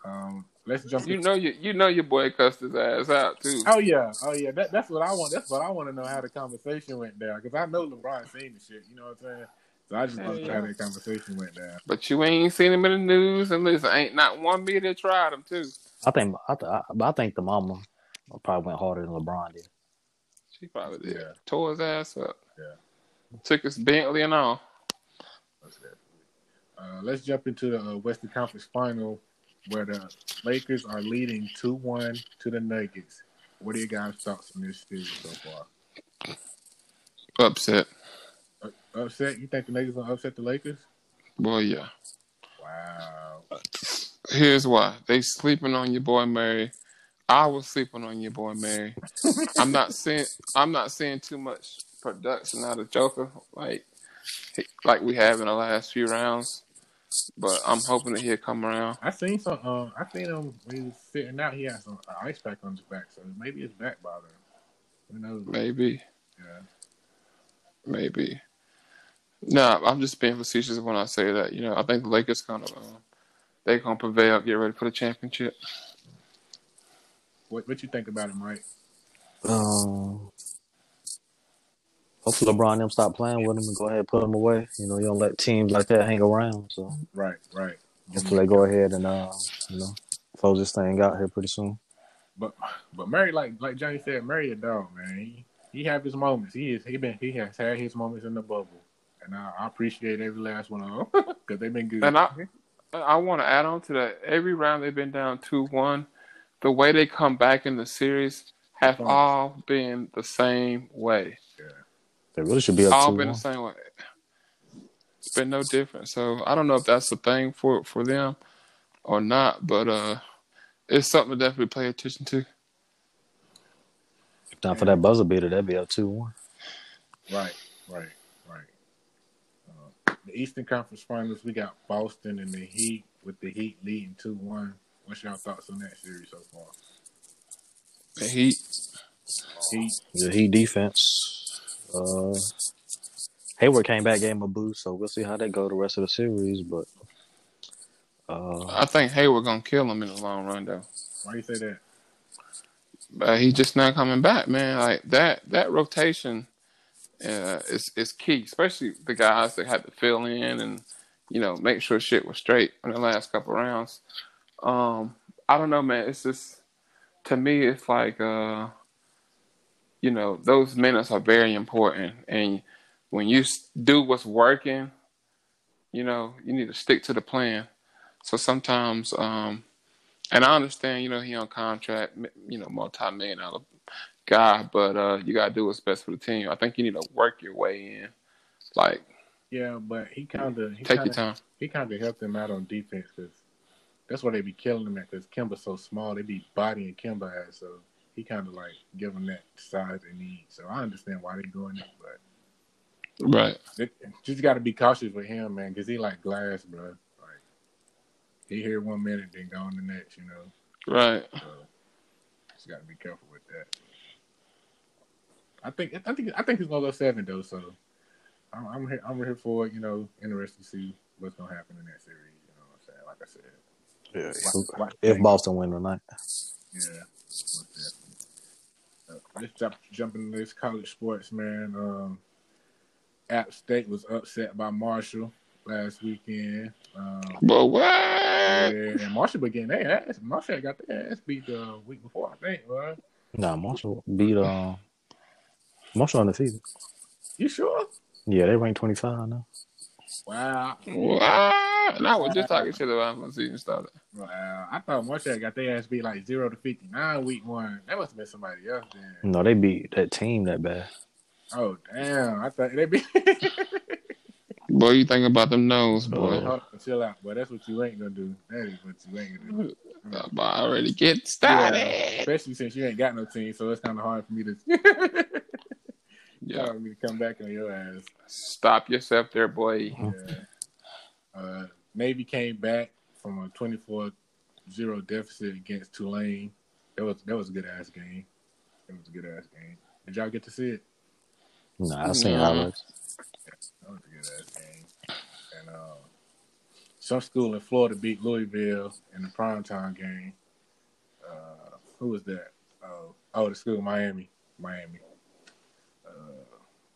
S1: Um, let's jump.
S3: You
S1: in-
S3: know you you know your boy cussed his ass out too.
S1: Oh yeah, oh yeah. That, that's what I want. That's what I want to know how the conversation went down because I know LeBron seen the shit. You know what I'm saying? So I just want to
S3: Yeah.
S1: try that conversation went down.
S3: But you ain't seen him in the news, and listen, ain't not one media tried him too.
S4: I think I, th- I, but I think the mama probably went harder than LeBron did.
S3: She probably did.
S1: Yeah.
S3: Tore his ass up.
S1: Yeah.
S3: Took his Bentley and all.
S1: That's it. Uh, let's jump into the uh, Western Conference Final where the Lakers are leading two one to the Nuggets. What are your guys' thoughts on this series so far?
S3: Upset.
S1: Uh, upset? You think the Nuggets gonna upset the Lakers?
S3: Boy, yeah.
S1: Wow.
S3: Here's why. They sleeping on your boy Mary. I was sleeping on your boy Mary. I'm not seeing I'm not seeing too much production out of Joker like like we have in the last few rounds. But I'm hoping that he'll come around.
S1: I seen some. Um, I seen him when he was sitting out. He had some uh, ice pack on his back, so maybe his back bothering. him. Who knows?
S3: Maybe.
S1: Yeah.
S3: Maybe. No, I'm just being facetious when I say that. You know, I think the Lakers kind of um, they're gonna prevail, get ready for the championship.
S1: What What you think about it, Mike?
S4: Um, hopefully LeBron and them stop playing with him and go ahead and put him away. You know, you don't let teams like that hang around. So
S1: Right, right.
S4: hopefully they go ahead and uh, you know, close this thing out here pretty soon.
S1: But but Murray, like like Johnny said, Murray a dog, man. He he have his moments. He is he been he has had his moments in the bubble, and I, I appreciate every last one of them because they've been good.
S3: And I I want to add on to that. Every round they've been down two one, the way they come back in the series have
S1: Mhm.
S3: all been the same way.
S4: They really should be up
S3: all
S4: two
S3: been
S4: one.
S3: the same way. It's been no different. So I don't know if that's the thing for for them or not, but uh, it's something to definitely pay attention to.
S4: If not for that buzzer beater, that'd be up two one.
S1: Right, right, right. Uh, the Eastern Conference Finals, we got Boston and the Heat with the Heat leading two one. What's y'all thoughts on that series so far?
S3: The Heat
S1: Heat,
S4: The Heat defense. Uh, Hayward came back, gave him a boost, so we'll see how that go the rest of the series. But uh,
S3: I think Hayward gonna kill him in the long run though.
S1: why you say that?
S3: But he just not coming back, man. Like that that rotation uh, is is key, especially the guys that had to fill in and you know make sure shit was straight in the last couple rounds. Um, I don't know, man. It's just to me, it's like uh, you know those minutes are very important, and when you s- do what's working, you know you need to stick to the plan. So sometimes. Um, and I understand, you know, he on contract, m- you know, multi-million dollar guy, but uh, you gotta do what's best for the team. I think you need to work your way in, like
S1: Yeah, but he kind of he
S3: take your
S1: kinda-
S3: time.
S1: he kind of helped them out on defense because that's where they be killing him at because Kimba's so small. They be bodying Kimba ass, so he kind of like give him that size they need. So I understand why they're doing it, but
S3: Right.
S1: they, just got to be cautious with him, man, because he like glass, bro. Like he here one minute, then gone the next, you know.
S3: Right.
S1: So Uh, just got to be careful with that. I think I think I think it's gonna go seven though. So I'm I'm here, I'm here for it, you know. Interested to see what's gonna happen in that series. You know what I'm saying? Like I said. Watch- watch
S4: if
S1: things.
S4: Boston win tonight,
S1: Yeah. most definitely. Uh, Let's jump, jump into this college sports, man. Um, App State was upset by Marshall last weekend. Um,
S3: But what?
S1: yeah, and Marshall been getting their ass. Marshall had got their ass beat the week before, I think, right?
S4: nah, Marshall beat uh, Marshall undefeated.
S1: You sure?
S4: Yeah, they ranked twenty five now.
S1: Wow.
S3: What? And I was just talking shit about when the season started.
S1: Wow. I thought Marshall had got their ass beat like 0 to 59 week one. That must have been somebody else then.
S4: No, they beat that team that bad.
S1: Oh, damn. I thought they beat.
S3: Boy, you think about them nose, boy.
S1: Hold on, Chill out, boy. That's what you ain't going to do. That is what you ain't going to do.
S3: Uh, but I already get started.
S1: especially since you ain't got no team, so it's kind of hard for me to
S3: Yeah.
S1: Tell me to come back on your ass.
S3: Stop yourself there, boy.
S1: Yeah. Uh, Navy came back from a 24-0 deficit against Tulane. That was that was a good ass game. That was a good ass game. Did y'all get to see it?
S4: Nah, I seen
S3: Nah.
S4: highlights.
S1: That was a good ass game. And uh, some school in Florida beat Louisville in the primetime game. Uh, who was that? Uh, oh, the school Miami. Miami. Uh,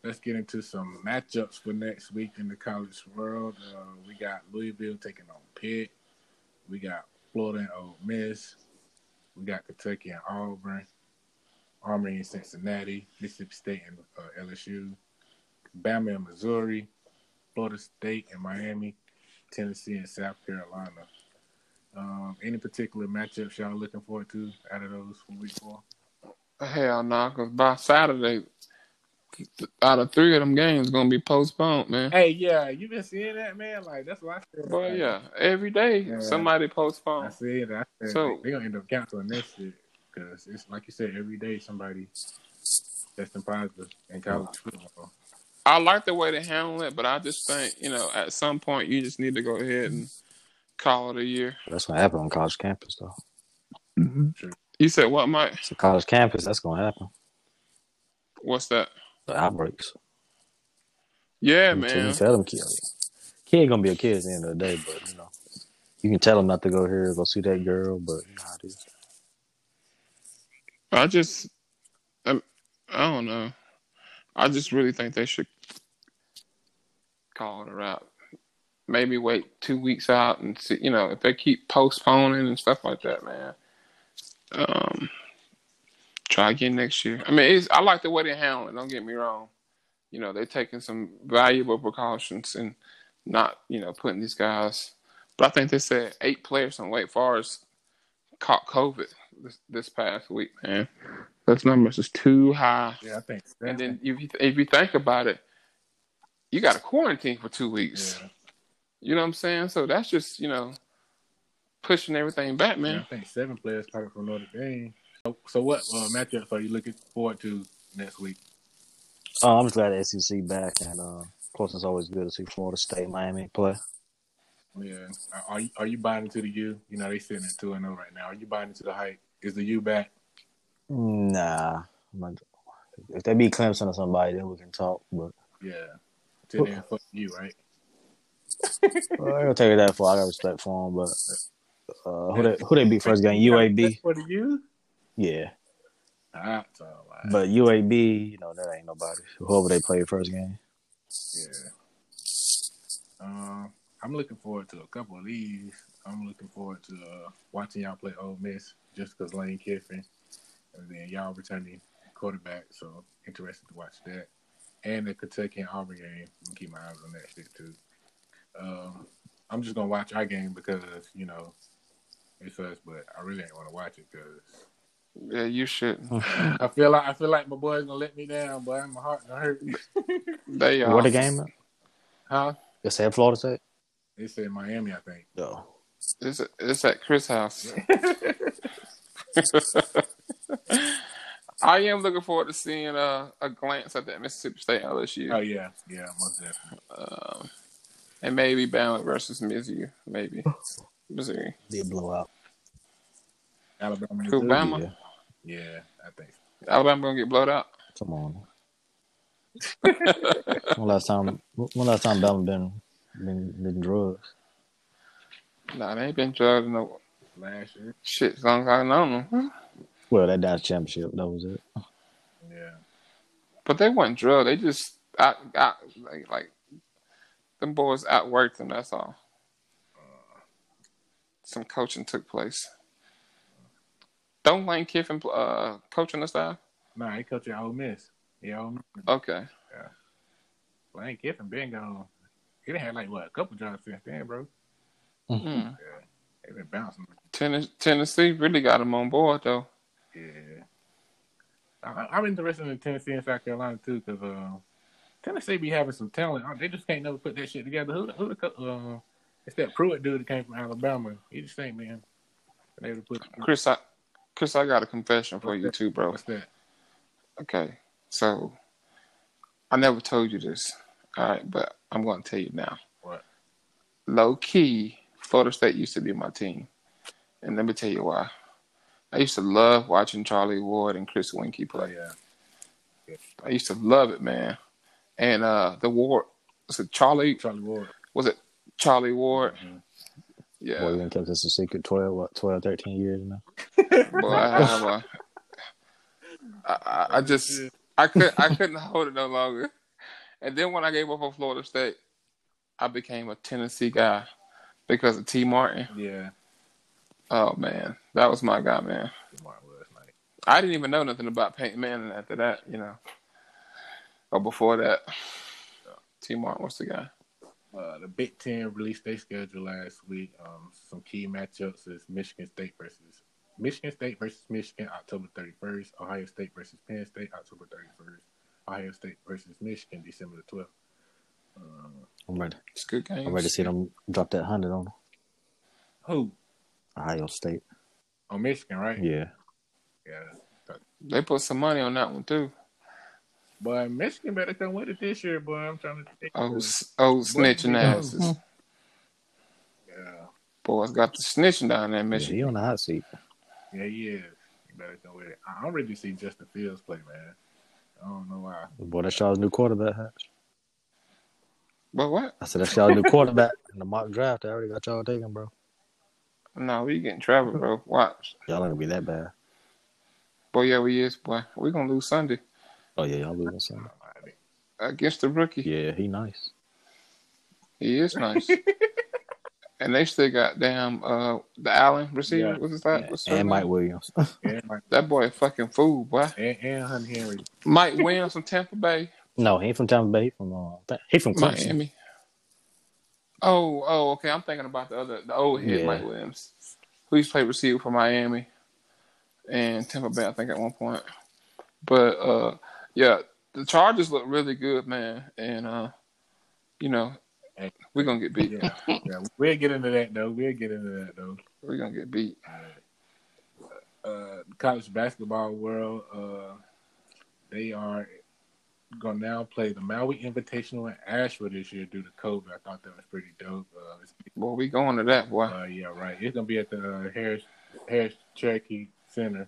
S1: let's get into some matchups for next week in the college world. Uh, we got Louisville taking on Pitt. We got Florida and Ole Miss. We got Kentucky and Auburn. Army and Cincinnati. Mississippi State and uh, LSU. Bama and Missouri, Florida State and Miami, Tennessee and South Carolina. Um, any particular matchups y'all looking forward to out of those for week four?
S3: Hell no, because by Saturday, out of three of them games gonna be postponed, man.
S1: Hey, yeah, you been seeing that, man? Like, that's what I said.
S3: Well,
S1: Like,
S3: yeah, every day
S1: Yeah.
S3: somebody
S1: I
S3: postponed.
S1: said, I said
S3: So-
S1: they're going to end up canceling this shit because it's like you said, every day somebody testing positive in college football.
S3: I like the way they handle it, but I just think you know at some point you just need to go ahead and call it a year.
S4: That's gonna happen on college campus though.
S3: You said what, Mike?
S4: It's a college campus. That's gonna happen.
S3: What's that?
S4: The outbreaks.
S3: Yeah,
S4: you, can
S3: man.
S4: tell them kid. Kid gonna be a kid at the end of the day, but you know, you can tell them not to go here, go see that girl, but you know how it is.
S3: I just, I, I don't know. I just really think they should call it a wrap. Maybe wait two weeks out and see. You know, if they keep postponing and stuff like that, man. Um, try again next year. I mean, it's, I like the way they handle it. Don't get me wrong. You know, they're taking some valuable precautions and not, you know, putting these guys. But I think they said eight players from Wake Forest caught COVID this, this past week, man. Those numbers is too high.
S1: Yeah, I think.
S3: And then if you, if you think about it, you got to quarantine for two weeks.
S1: yeah,
S3: You know what I'm saying? So that's just you know pushing everything back, man.
S1: I think seven players started from Notre Dame. So, so what uh, matchups are you looking forward to next week?
S4: Oh, I'm just glad the SEC back, and uh, of course, it's always good to see Florida State, Miami play.
S1: Yeah. Are- Are you, are you buying into the U? You know, they sitting at 2 and 0 right now. Are you buying into the hype? Is the U back?
S4: Nah, I'm not- if they beat Clemson or somebody, then we can talk. But
S1: Yeah. Till then, fuck you, right?
S4: well, I don't take it that far. I got respect for them. But uh, who they who they beat first game? UAB.
S1: For the U?
S4: Yeah,
S1: Ah, it's all right.
S4: but UAB, you know that ain't nobody. Whoever they played first game.
S1: Yeah. Um, I'm looking forward to a couple of these. I'm looking forward to uh, watching y'all play Ole Miss just because Lane Kiffin and then y'all returning quarterback. So interested to watch that. And the Kentucky and Auburn game. I'm gonna keep my eyes on that shit too. Um, I'm just gonna watch our game because you know it's us, but I really ain't want to watch it because
S3: Yeah, you should.
S1: I feel like I feel like my boy's gonna let me down, but my heart gonna hurt.
S3: They uh, are.
S4: What the game? at?
S1: Huh?
S4: It's at Florida State.
S1: They said Miami, I think.
S4: No.
S3: It's it's at Chris' house. I am looking forward to seeing uh, a, a glance at that Mississippi State LSU
S1: Oh yeah, yeah, most definitely.
S3: and maybe Bama versus Mizzou, maybe Missouri.
S4: Did blow out.
S1: Alabama,
S3: Who
S1: Missouri.
S3: Bama?
S4: Yeah.
S1: Yeah, I think. so.
S3: Alabama gonna get blowed out.
S4: Come on. when last time? When last time Bama been been been drugs?
S3: Nah, they ain't been drugged no
S1: Last year,
S3: shit as long as I know them.
S4: Well, that dance championship. That was it.
S1: yeah,
S3: But they weren't drugged. They just out, out like, like them boys outworked them. That's all. Some coaching took place. Don't Lane Kiffin uh, coaching the staff?
S1: nah, he coached at Ole Miss. Yeah, Ole Miss.
S3: Okay.
S1: Lane Kiffin been gone. He done had like what a couple jobs since then, bro.
S3: Hmm.
S1: They been bouncing.
S3: Tennes- Tennessee really got him on board though.
S1: Yeah, I, I'm interested in Tennessee and South Carolina too, because uh, Tennessee be having some talent. Uh, They just can't never put that shit together. Who the who the co- uh, it's that Pruitt dude that came from Alabama. He just ain't man. Been able to put
S3: Chris, I, Chris, I got a confession for you too, bro.
S1: what's that?
S3: Okay, so I never told you this, all right, but I'm going to tell you now.
S1: What?
S3: Low key, Florida State used to be my team, and let me tell you why. I used to love watching Charlie Ward and Chris Winkie
S1: Oh,
S3: play.
S1: yeah.
S3: I used to love it, man. And uh, the Ward was it Charlie?
S1: Charlie Ward.
S3: Was it Charlie Ward?
S1: Mhm.
S3: Yeah,
S4: Boy, you done kept this a secret 12, what, 12, 13 years now.
S3: boy, I, have a- I- I- I just I could I couldn't hold it no longer. And then when I gave up on Florida State, I became a Tennessee guy because of T Martin.
S1: Yeah.
S3: Oh man, that was my guy, man.
S1: Martin was like,
S3: I didn't even know nothing about Peyton Manning after that, you know, or before that. T Martin was the guy.
S1: uh, the Big Ten released their schedule last week. Um, some key matchups is Michigan State versus Michigan State versus Michigan, October 31st. Ohio State versus Penn State, October 31st. Ohio State versus Michigan, December the 12th.
S4: I'm ready.
S3: It's good games.
S4: I'm ready to see them drop that 100 on
S1: Who?
S4: Ohio State.
S1: Oh, Michigan, right?
S4: Yeah.
S1: Yeah.
S3: They put some money on that one too.
S1: But Michigan better come with it this year, boy. I'm trying to think.
S3: Oh, s- oh, snitching
S4: Mm-hmm.
S3: asses.
S1: Yeah.
S3: Boys got the snitching down there in Michigan.
S4: Michigan. he on the hot seat.
S1: Yeah, he is. He better come with it. I- I'm ready to see Justin Fields play, man. I don't know why.
S4: Boy, that's y'all's new quarterback. Huh?
S3: But what?
S4: I said, that's y'all's new quarterback in the mock draft. I already got y'all taken, bro.
S3: No, we getting travel, bro. Watch.
S4: Y'all ain't gonna be that bad.
S3: Boy, yeah, we is, boy. we going to lose Sunday
S4: Oh, yeah, y'all losing something.
S3: against the rookie.
S4: Yeah, he nice.
S3: He is nice. and they still got damn uh, the Allen receiver.
S1: Yeah.
S3: What's his name? What's his
S4: And
S3: name?
S4: Mike Williams.
S1: And, Mike-
S3: That boy a fucking fool, boy.
S1: and, and Hunter Henry.
S3: Mike Williams from Tampa Bay,
S4: no, he ain't from Tampa Bay. He from, uh, th- he from Clemson.
S3: Miami. Oh, oh, okay. I'm thinking about the other, the old head,
S4: Yeah.
S3: Mike Williams, who used to play receiver for Miami and Tampa Bay, I think, at one point. But uh, yeah, the Chargers look really good, man. And uh, you know,
S1: Hey.
S3: we're gonna get beat.
S1: Yeah, yeah. We'll get into that though. We'll get into that though.
S3: We're gonna get beat.
S1: Uh, college basketball world, uh, they are gonna now play the Maui Invitational in Asheville this year due to COVID. I thought that was pretty dope. Uh, it's,
S3: Boy, we going to that boy.
S1: uh, yeah, right. It's gonna be at the uh, Harris Harris Cherokee Center.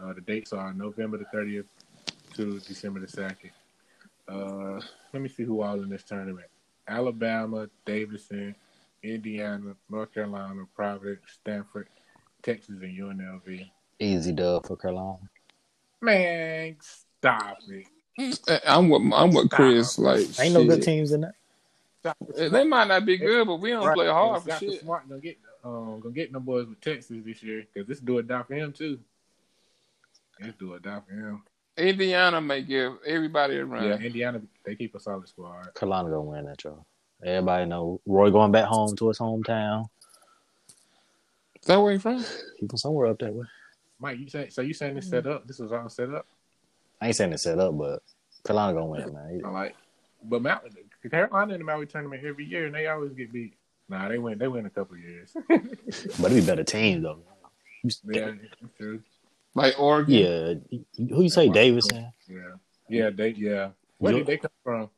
S1: Uh, the dates are November the 30th to December the 2nd. Uh, let me see who all in this tournament. Alabama, Davidson, Indiana, North Carolina, Providence, Stanford, Texas, and UNLV.
S4: Easy dub for Carolina.
S1: Man, stop it.
S3: I- I'm with I'm with Chris. Like,
S4: Ain't no good
S3: shit.
S4: teams in that.
S1: Stop it.
S3: They might not be good, but we don't
S1: Right.
S3: play hard for
S1: Dr.
S3: shit.
S1: Smart gonna get um gonna get them boys with Texas this year because this do a die for him too. This do a die for him.
S3: Indiana may give everybody a run.
S1: Yeah, Indiana they keep a solid squad.
S4: Carolina gonna win that, y'all. Everybody know Roy going back home to his hometown.
S3: Is that where you from?
S4: He from somewhere up that way.
S1: Mike, you say so you saying this set
S3: Mm-hmm.
S1: up? This was all set up.
S4: I ain't saying it's set up, but Carolina gonna win, man.
S1: I like, but Maui, Carolina in the Maui tournament every year, and they always get beat. Nah, they win. They win a couple of years.
S4: But it'd be better team though.
S1: yeah, it's true.
S3: Like Oregon.
S4: Yeah, who you say Davidson?
S1: Yeah, yeah, they yeah. Where
S4: Yo-
S1: did they come from?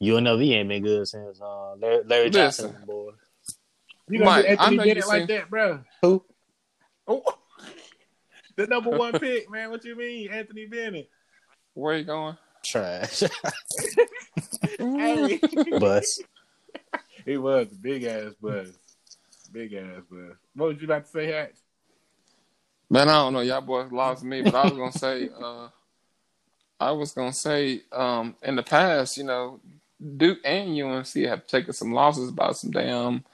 S4: UNLV ain't been good since uh, Larry, Larry Johnson,
S3: Listen.
S4: boy.
S1: You gonna
S3: Mike,
S1: do Anthony
S3: I know you
S1: Bennett like
S3: seen-
S1: that, bro?
S4: Who?
S1: Oh, the number one pick, man. What you mean, Anthony Bennett?
S3: Where you going?
S4: Trash.
S1: Hey,
S4: but
S1: he was a big ass buzz, big ass buzz. What would you like to say, Hatch?
S3: Man, I don't know. Y'all boys lost me, but I was gonna say, uh, I was gonna say, um, in the past, you know, Duke and UNC have taken some losses by some damn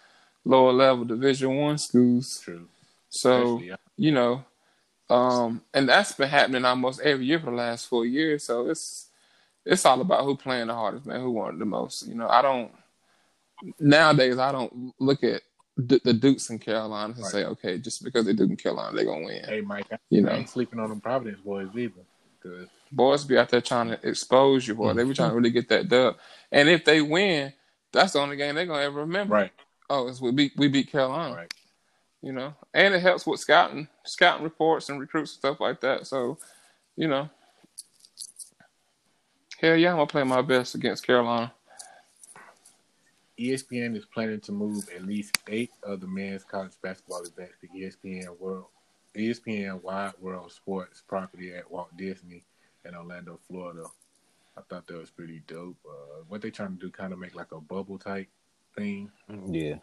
S3: lower level Division One schools.
S1: True.
S3: So
S1: Especially, uh,
S3: you know, um, and that's been happening almost every year for the last four years. So it's it's all about who playing the hardest, man, who wanted the most. You know, I don't nowadays. I don't look at D- the Dukes and Carolinas and
S1: Right.
S3: say, okay, just because they Duke and Carolina, they're gonna win.
S1: Hey, Mike, I,
S3: You
S1: I
S3: know.
S1: ain't sleeping on them Providence boys either. 'cause
S3: boys be out there trying to expose you, boy. They
S1: Mm-hmm.
S3: be trying to really get that dub. And if they win, that's the only game they're gonna ever remember.
S1: Right,
S3: Oh, it's we beat we beat Carolina.
S1: Right.
S3: You know, and it helps with scouting, scouting reports and recruits and stuff like that. So, you know, Hell yeah, I'm gonna play my best against Carolina.
S1: ESPN is planning to move at least eight of the men's college basketball events to E ESPN World, E ESPN Wide World Sports property at Walt Disney in Orlando, Florida. I thought that was pretty dope. Uh, what they trying to do, kind of make like a bubble type thing.
S4: Yeah.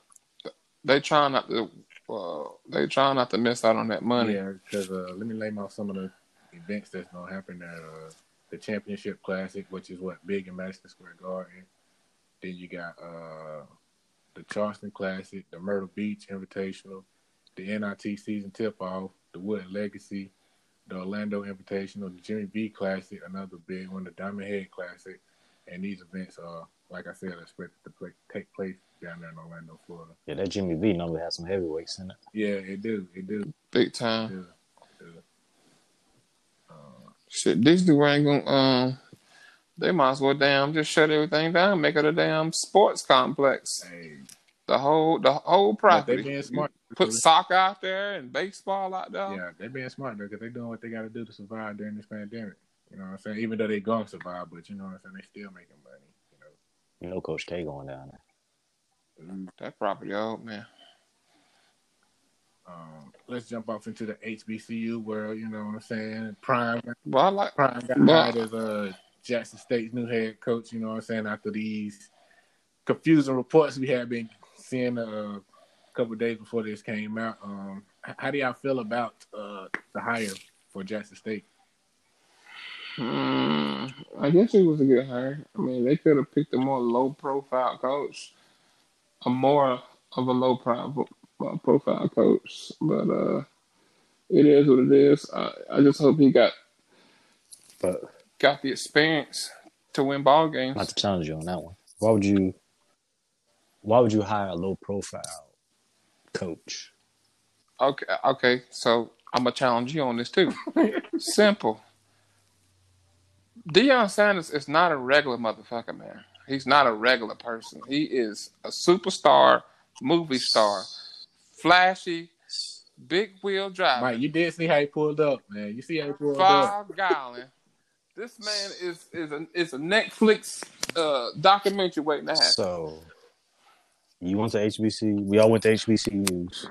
S3: They trying not to. Uh, they trying not to miss out on that money.
S1: Yeah, because uh, let me name off some of the events that's gonna happen there. Uh, the Championship Classic, which is what big in Madison Square Garden. Then you got uh, the Charleston Classic, the Myrtle Beach Invitational, the NIT Season Tip Off, the Wood Legacy, the Orlando Invitational, the Jimmy B Classic, another big one, the Diamond Head Classic, and these events are, like I said, expected to play, take place down there in Orlando, Florida.
S4: Yeah, that Jimmy B normally has some heavyweights in it.
S1: Yeah, it do, it do.
S3: Big
S1: It
S3: time.
S1: do, it do. Uh,
S3: Shit, Disney ain't gonna. Um, they might as well damn just shut everything down, make it a damn sports complex.
S1: hey,
S3: The whole the whole
S1: but they
S3: property.
S1: being smart.
S3: Put soccer out there and baseball out there.
S1: Yeah, they being smart though, because they doing what they got to do to survive during this pandemic. You know what I'm saying? Even though they gonna survive, but you know what I'm saying? They still making money. You know,
S4: You know, Coach K going down there.
S3: That property old man.
S1: um, let's jump off into the HBCU world. You know what I'm saying? Prime,
S3: But I like
S1: prime got
S3: Well-
S1: hired as uh, Jackson State's new head coach. You know what I'm saying? After these confusing reports we had been seeing uh, a couple of days before this came out, um, h- how do y'all feel about uh, the hire for Jackson State?
S3: Mm, I guess it was a good hire. I mean, they could have picked a more low profile coach, a more of a low pro- uh, profile coach, but uh, it is what it is. I, I just hope he got
S4: But
S3: got the experience to win ball games.
S4: not to challenge you on that one. Why would you? Why would you hire a low profile coach?
S3: Okay, okay. So I'm gonna challenge you on this too. Simple. Deion Sanders is not a regular motherfucker, man. He's not a regular person. He is a superstar, movie star, flashy, big wheel driver,
S1: Mike, you did see how he pulled up, man. You see how he pulled up.
S3: five gallon. This man is is a is a Netflix uh, documentary waiting to happen.
S4: So you went to HBC. We all went to HBCUs.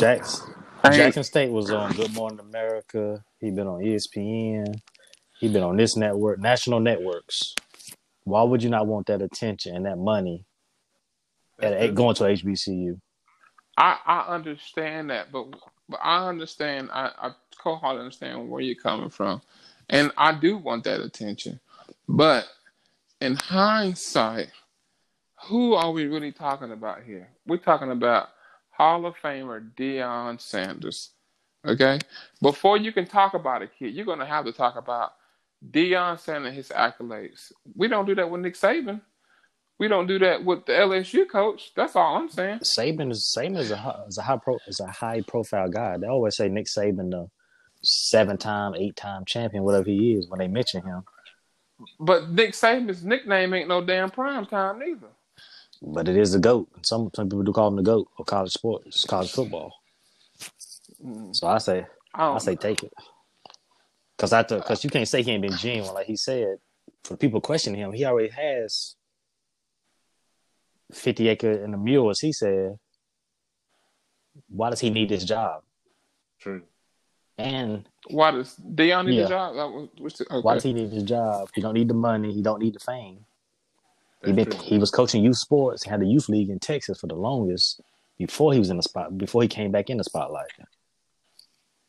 S4: Jackson
S3: Hey.
S4: Jackson State was on Good Morning America. He been on E ESPN. He been on this network, national networks. Why would you not want that attention and that money at, at going to HBCU?
S3: I, I understand that, but but I understand. I, I wholeheartedly understand where you're coming from, and I do want that attention. But in hindsight, who are we really talking about here? We're talking about Hall of Famer Deion Sanders. Okay, before you can talk about a kid, you're gonna have to talk about Deion Sanders and his accolades. We don't do that with Nick Saban. We don't do that with the LSU coach. That's all I'm saying.
S4: Saban is Saban is a hi- is a high pro is a high profile guy. They always say Nick Saban the seven time, eight time champion, whatever he is, when they mention him.
S3: But Nick Saban's nickname ain't no damn prime time neither.
S4: But it is the goat. Some some people do call him the goat of college sports, college football. So I say
S3: I don't
S4: I say take it because I because you can't say he ain't been genuine like he said. For people questioning him, he already has fifty acre and a mule, as he said. Why does he need this job?
S1: True.
S4: And
S3: why does Deion need
S4: Yeah.
S3: the job? That was, what's the, okay.
S4: Why does he need his job? He don't need the money. He don't need the fame. He
S1: That's
S4: been
S1: true.
S4: he was coaching youth sports. Had the youth league in Texas for the longest before he was in the spot. Before he came back in the spotlight.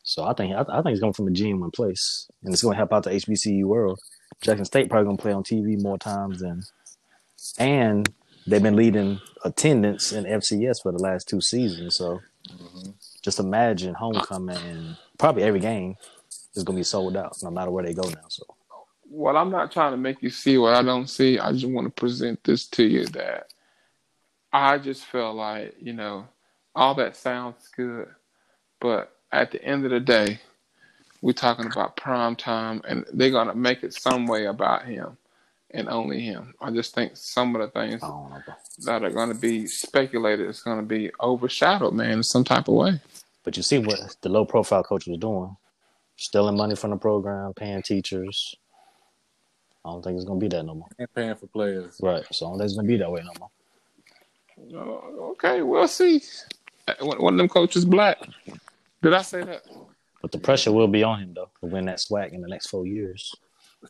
S4: So I think I, I think he's going from a genuine place, and it's going to help out the HBCU world. Jackson State probably going to play on TV more times than, and they've been leading attendance in FCS for the last two seasons. So
S1: Mm-hmm.
S4: just imagine homecoming and probably every game is going to be sold out, no matter where they go now. So.
S3: Well, I'm not trying to make you see what I don't see. I just want to present this to you that I just feel like you know all that sounds good, but at the end of the day, we're talking about prime time, and they're gonna make it some way about him and only him. I just think some of the things
S4: I don't know, bro.
S3: that are going to be speculated is going to be overshadowed, man, in some type of way.
S4: But you see what the low profile coach was doing. Stealing money from the program, paying teachers, I don't think it's gonna be that no more.
S1: and paying for players.
S4: Right. So I don't think it's gonna be that way no more.
S3: Oh, okay, we'll see. Uh, One one of them coaches black. Did I say that?
S4: But the pressure will be on him though to win that swag in the next four years.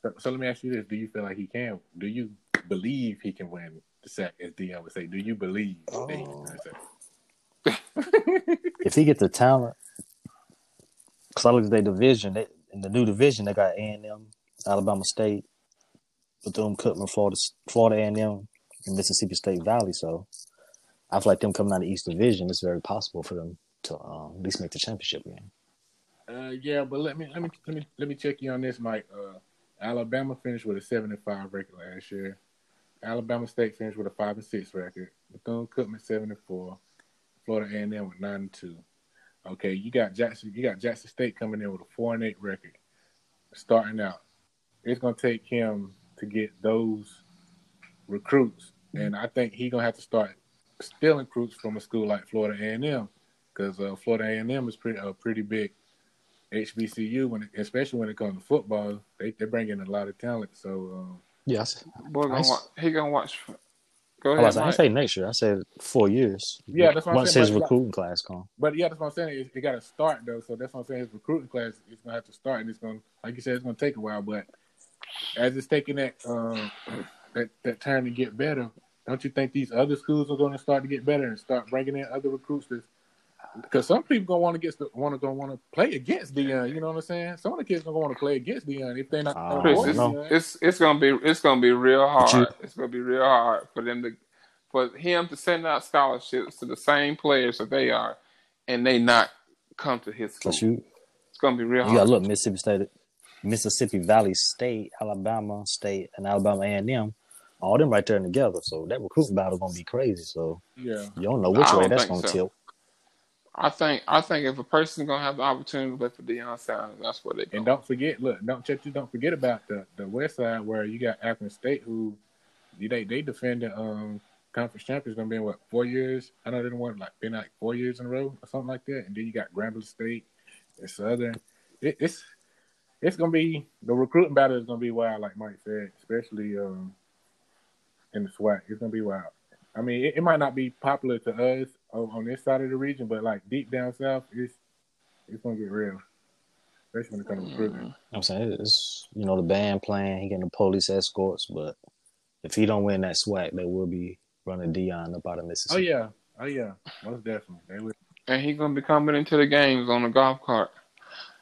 S1: So, so let me ask you this: Do you feel like he can? Do you believe he can win the sack? As Dion would say, do you believe that he can win the sack?
S4: If he get the talent, because I look at their division, they, in the new division they got A and M, Alabama State, Bethune Cookman, Florida, Florida A and M, and Mississippi State Valley. So I feel like them coming out of the East Division, it's very possible for them to um, at least make the championship game.
S1: Uh, yeah, but let me let me let me let me check you on this, Mike. Uh, Alabama finished with a seven and five record last year. Alabama State finished with a five and six record. Bethune Cookman seven and four. Florida A and M with nine and two. Okay, you got Jackson. You got Jackson State coming in with a four and eight record, starting out. It's gonna take him to get those recruits, and I think he's gonna have to start stealing recruits from a school like Florida A and M, because uh, Florida A and M is pretty a pretty big HBCU, when it, especially when it comes to football, they they bring in a lot of talent. So um,
S4: Yes.
S3: Boy, gonna
S4: Nice.
S3: watch, he gonna watch. Go
S4: I,
S3: ahead,
S4: was, I didn't
S3: Mike.
S4: say next year. I said four years.
S1: Oh, Yeah, that's what I'm
S4: Once
S1: saying,
S4: his
S1: but-
S4: recruiting class come.
S1: But yeah, that's what I'm saying. It, it got to start though. So that's what I'm saying. His recruiting class is gonna have to start, and it's gonna, like you said, it's gonna take a while. But as it's taking that um, that that time to get better, don't you think these other schools are gonna start to get better and start bringing in other recruits? Because some people gonna want to get want to gonna want to play against Dion. You know what I'm saying? Some of the kids gonna want to play against Dion if they're not.
S4: Ah,
S1: on
S3: Chris,
S1: board
S3: it's,
S1: with
S4: no.
S1: Deion.
S3: it's it's gonna be it's gonna be real hard.
S4: But you-
S3: it's gonna be real hard for them to for him to send out scholarships to the same players that they are, and they not come to his school.
S4: But you,
S3: it's gonna be real
S4: you gotta
S3: hard.
S4: look Mississippi State, Mississippi Valley State, Alabama State, and Alabama A and M. All them right there together. So that recruiting battle gonna be crazy. So
S1: Yeah.
S4: you don't know which
S3: I don't
S4: way that's
S3: think
S4: gonna
S3: so.
S4: tilt.
S3: I think I think if a person's gonna have the opportunity to play for Deion Sanders, that's what they
S1: And
S3: go.
S1: don't forget, look, don't just don't forget about the the West Side where you got Akron State, who they they defend the um, conference champions gonna be in what four years? I know they don't want like been like four years in a row or something like that. And then you got Grambling State and Southern. It, it's it's gonna be the recruiting battle is gonna be wild, like Mike said, especially um, in the SWAT. It's gonna be wild. I mean, it, it might not be popular to us on, on this side of the region, but like deep down south, it's it's gonna get real, especially when it comes to recruiting.
S4: You know what I'm saying it's you know the band playing, he getting the police escorts, but if he don't win that swag, they will be running Dion up out of
S1: Oh
S4: Mississippi.
S1: yeah, oh yeah, most definitely. They would.
S3: And he's gonna be coming into the games on a golf cart.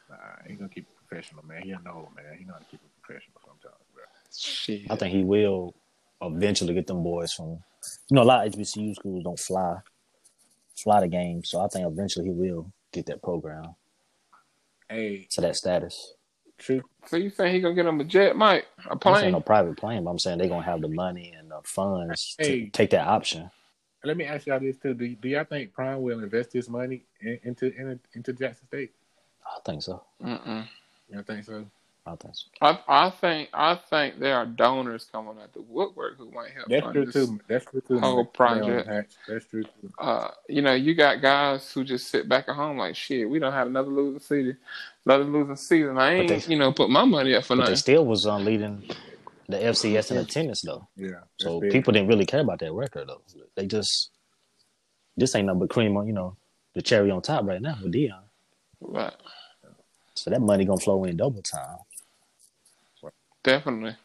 S1: Nah, he gonna keep it professional, man. He an old man. He know how to keep it professional sometimes, bro.
S3: Shit.
S4: I think he will eventually get them boys from. You know, a lot of HBCU schools don't fly, fly the game. So I think eventually he will get that program
S1: Hey,
S4: to that status.
S1: truth.
S3: So you think he gonna get him a jet, Mike? A
S4: I'm saying
S3: plane?
S4: no private plane, but I'm saying they're gonna have the money and the funds
S1: Hey.
S4: to take that option.
S1: Let me ask y'all this too. Do, do y'all think Prime will invest his money in, into in, into Jackson State?
S4: I think so.
S3: Mm-mm.
S1: Y'all think so?
S4: I think so.
S3: I I think I think there are donors coming out the woodwork who might help.
S1: That's
S3: fund
S1: true
S3: this.
S1: too. That's true too.
S3: whole
S1: man.
S3: project.
S1: Leon Hatch, That's true too.
S3: uh, you know, you got guys who just sit back at home like, shit, we don't have another losing season, another losing season. I ain't,
S4: they-
S3: you know, put my money up for
S4: But they
S3: nothing.
S4: still was um, leading the FCS in attendance though,
S1: Yeah. that's
S4: so
S1: big.
S4: people didn't really care about that record though. They just this ain't nothing but cream on you know the cherry on top right now with Dion.
S3: Right.
S4: So that money gonna flow in double time.
S3: Definitely.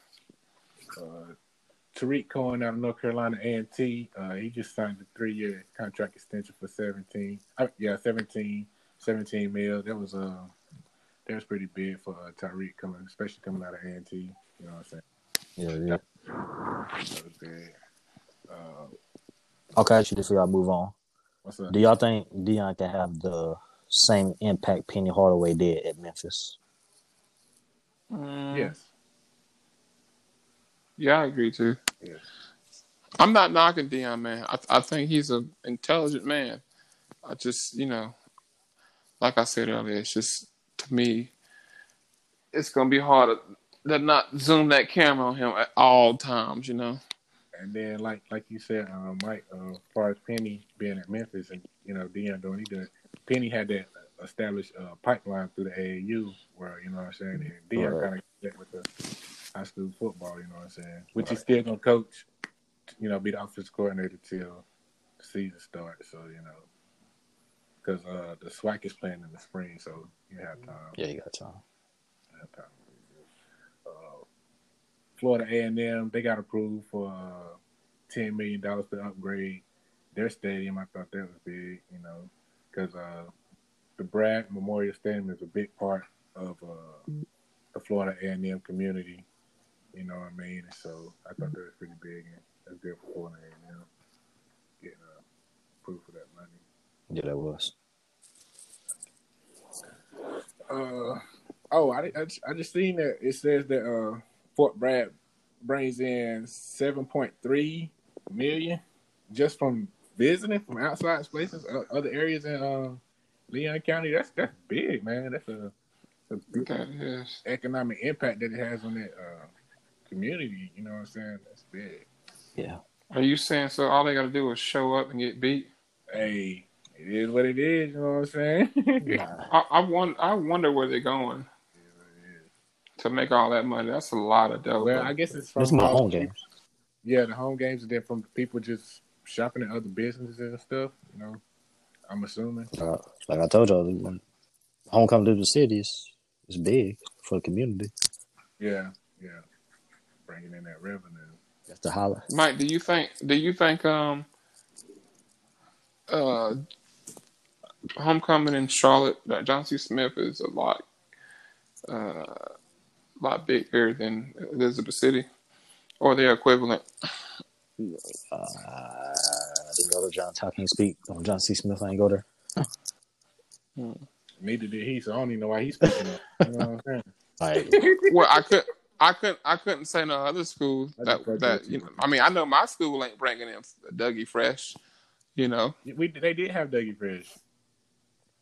S1: Uh, Tariq Cohen out of North Carolina A and T. Uh, he just signed a three year contract extension for seventeen. Uh, yeah, 17, 17 mil. That was uh, that was pretty big for uh, Tariq coming, especially coming out of A and T. You know what I'm saying?
S4: Yeah, yeah.
S1: That was big. Uh,
S4: Okay, I actually, before y'all move on,
S1: what's up?
S4: do y'all think Dion can have the same impact Penny Hardaway did at Memphis?
S3: Mm,
S1: yes.
S3: Yeah, I agree too.
S1: Yeah.
S3: I'm not knocking Dion, man. I I think he's an intelligent man. I just, you know, like I said earlier, it's just to me, it's gonna be hard to, to not zoom that camera on him at all times. You know.
S1: And then, like like you said, uh, Mike, uh, as far as Penny being at Memphis and you know Deion doing what he does, Penny had that established uh, pipeline through the AAU, where you know what I'm saying, and Deion
S4: Right.
S1: kind of that with the high school football. You know what I'm saying? Which he's still gonna coach. You know, be the offensive coordinator till the season starts. So you know, because uh, the SWAC is playing in the spring, so you have time.
S4: Yeah, you got time.
S1: You have time. Uh, Florida A&M they got approved for uh, ten million dollars to upgrade their stadium. I thought that was big, you know, because uh, the Bragg Memorial Stadium is a big part of uh, the Florida A&M community. You know what I mean? And so I thought that was pretty big, and that's good for Florida A&M getting uh, approved for that money.
S4: Yeah, that was.
S1: Uh, oh, I, I, I just seen that it says that uh, Fort Bragg brings in seven point three million just from visiting from outside places, o- other areas in uh, Leon County. That's that's big, man. That's a, that's a big
S3: That is.
S1: economic impact that it has on that uh, community. You know what I'm saying? That's big.
S4: Yeah.
S3: Are you saying so? All they got to do is show up and get beat.
S1: Hey, it is what it is. You know what I'm saying?
S4: Nah.
S3: I, I won I wonder where they're going to make all that money. That's a lot of dough.
S1: well, I guess it's from
S4: This is my home game.
S1: Yeah, the home games and then from people just shopping at other businesses and stuff. You know, I'm assuming.
S4: Uh, like I told y'all, the- homecoming to the city is, is big for the community.
S1: Yeah, yeah, bringing in that revenue.
S4: That's the highlight.
S3: Mike, do you think do you think um uh homecoming in Charlotte that John C. Smith is a lot uh lot bigger than Elizabeth City or their equivalent?
S4: Uh, I didn't go to John. How can you speak on John C. Smith? I ain't go there.
S1: Neither did he, so I don't even know why he's speaking up. You know what I'm saying?
S4: Like,
S3: Well, I could. I couldn't. I couldn't say no other school
S1: I
S3: that
S1: just like
S3: that
S1: that
S3: you
S1: too.
S3: know. I mean, I know my school ain't bringing in Dougie Fresh, you know.
S1: We they did have Dougie Fresh.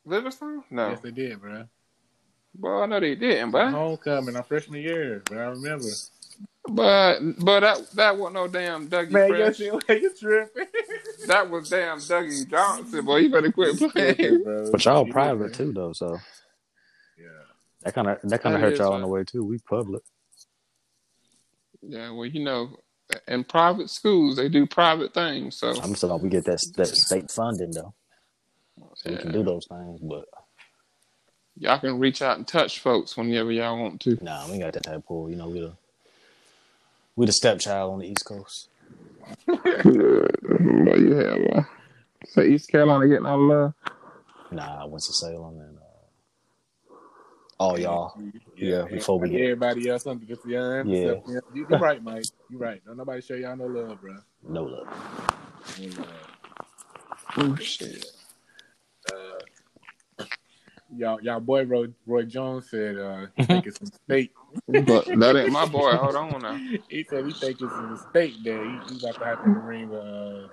S3: Livingston? No.
S1: Yes, they did, bro.
S3: Well, I know they didn't, but
S1: Homecoming, our freshman year, but I remember.
S3: but but that that wasn't no damn Dougie Fresh.
S1: you you tripping?
S3: That was damn Dougie Johnson, boy. You better quit playing.
S1: bro.
S4: but y'all
S1: You
S4: private
S1: tripping.
S4: too, though. So
S1: Yeah,
S4: that kind of that kind of
S3: That
S4: hurt
S3: is
S4: y'all
S3: right.
S4: on the way too. We public.
S3: yeah, well, you know, in private schools they do private things, so
S4: I'm still we get that that state funding though, so we
S3: yeah,
S4: can do those things. But
S3: y'all can reach out and touch folks whenever y'all want to.
S4: nah, we ain't got that type of pool. You know, we the we the stepchild on the East Coast.
S3: Well, you have. Uh, so East Carolina getting all love.
S4: Nah, I went to Salem and uh, all Oh, y'all. Yeah,
S1: and-
S4: before we
S1: and
S4: get-
S1: everybody else under the young.
S4: Yeah.
S1: Yeah, you, you right, Mike. You right. Don't nobody show y'all no love, bro.
S4: No look.
S1: No love.
S3: Oh shit!
S1: Y'all, y'all boy Roy, Roy Jones said uh, he think it's a mistake.
S3: But that ain't my boy. Hold on now.
S1: He said he think it's a mistake that he, he about to have to ring uh,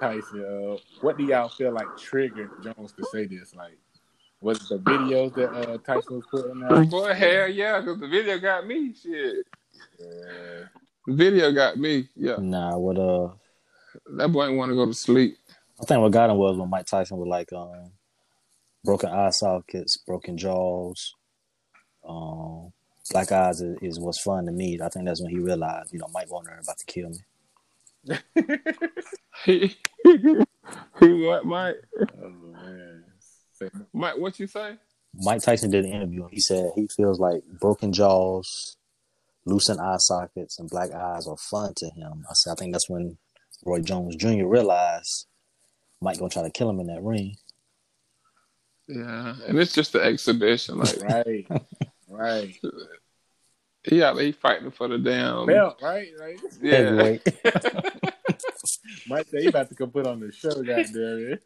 S1: Tyson. Uh, what do y'all feel like triggered Jones to say this? Like, was it the videos that uh, Tyson was putting out?
S3: Boy, hell yeah, because the video got me. Shit.
S1: Yeah.
S3: The video got me. Yeah.
S4: Nah, what uh,
S3: That boy ain't want to go to sleep.
S4: I think what got him was when Mike Tyson was like um, broken eye sockets, broken jaws. Um, black eyes is, is what's fun to me. I think that's when he realized, you know, Mike Warner about to kill me.
S3: He, he what, Mike?
S1: Oh man. Say-
S3: Mike, what you say?
S4: Mike Tyson did an interview and he said he feels like broken jaws, loosened eye sockets, and black eyes are fun to him. I said, I think that's when Roy Jones Jr. realized Mike gonna try to kill him in that ring.
S3: Yeah, and it's just the exhibition. Like,
S1: Right. Right.
S3: yeah, they fighting for the damn.
S1: Belt, right? Right.
S3: Yeah.
S4: Heavyweight.
S1: Mike said he about to come put on the show, goddamn it.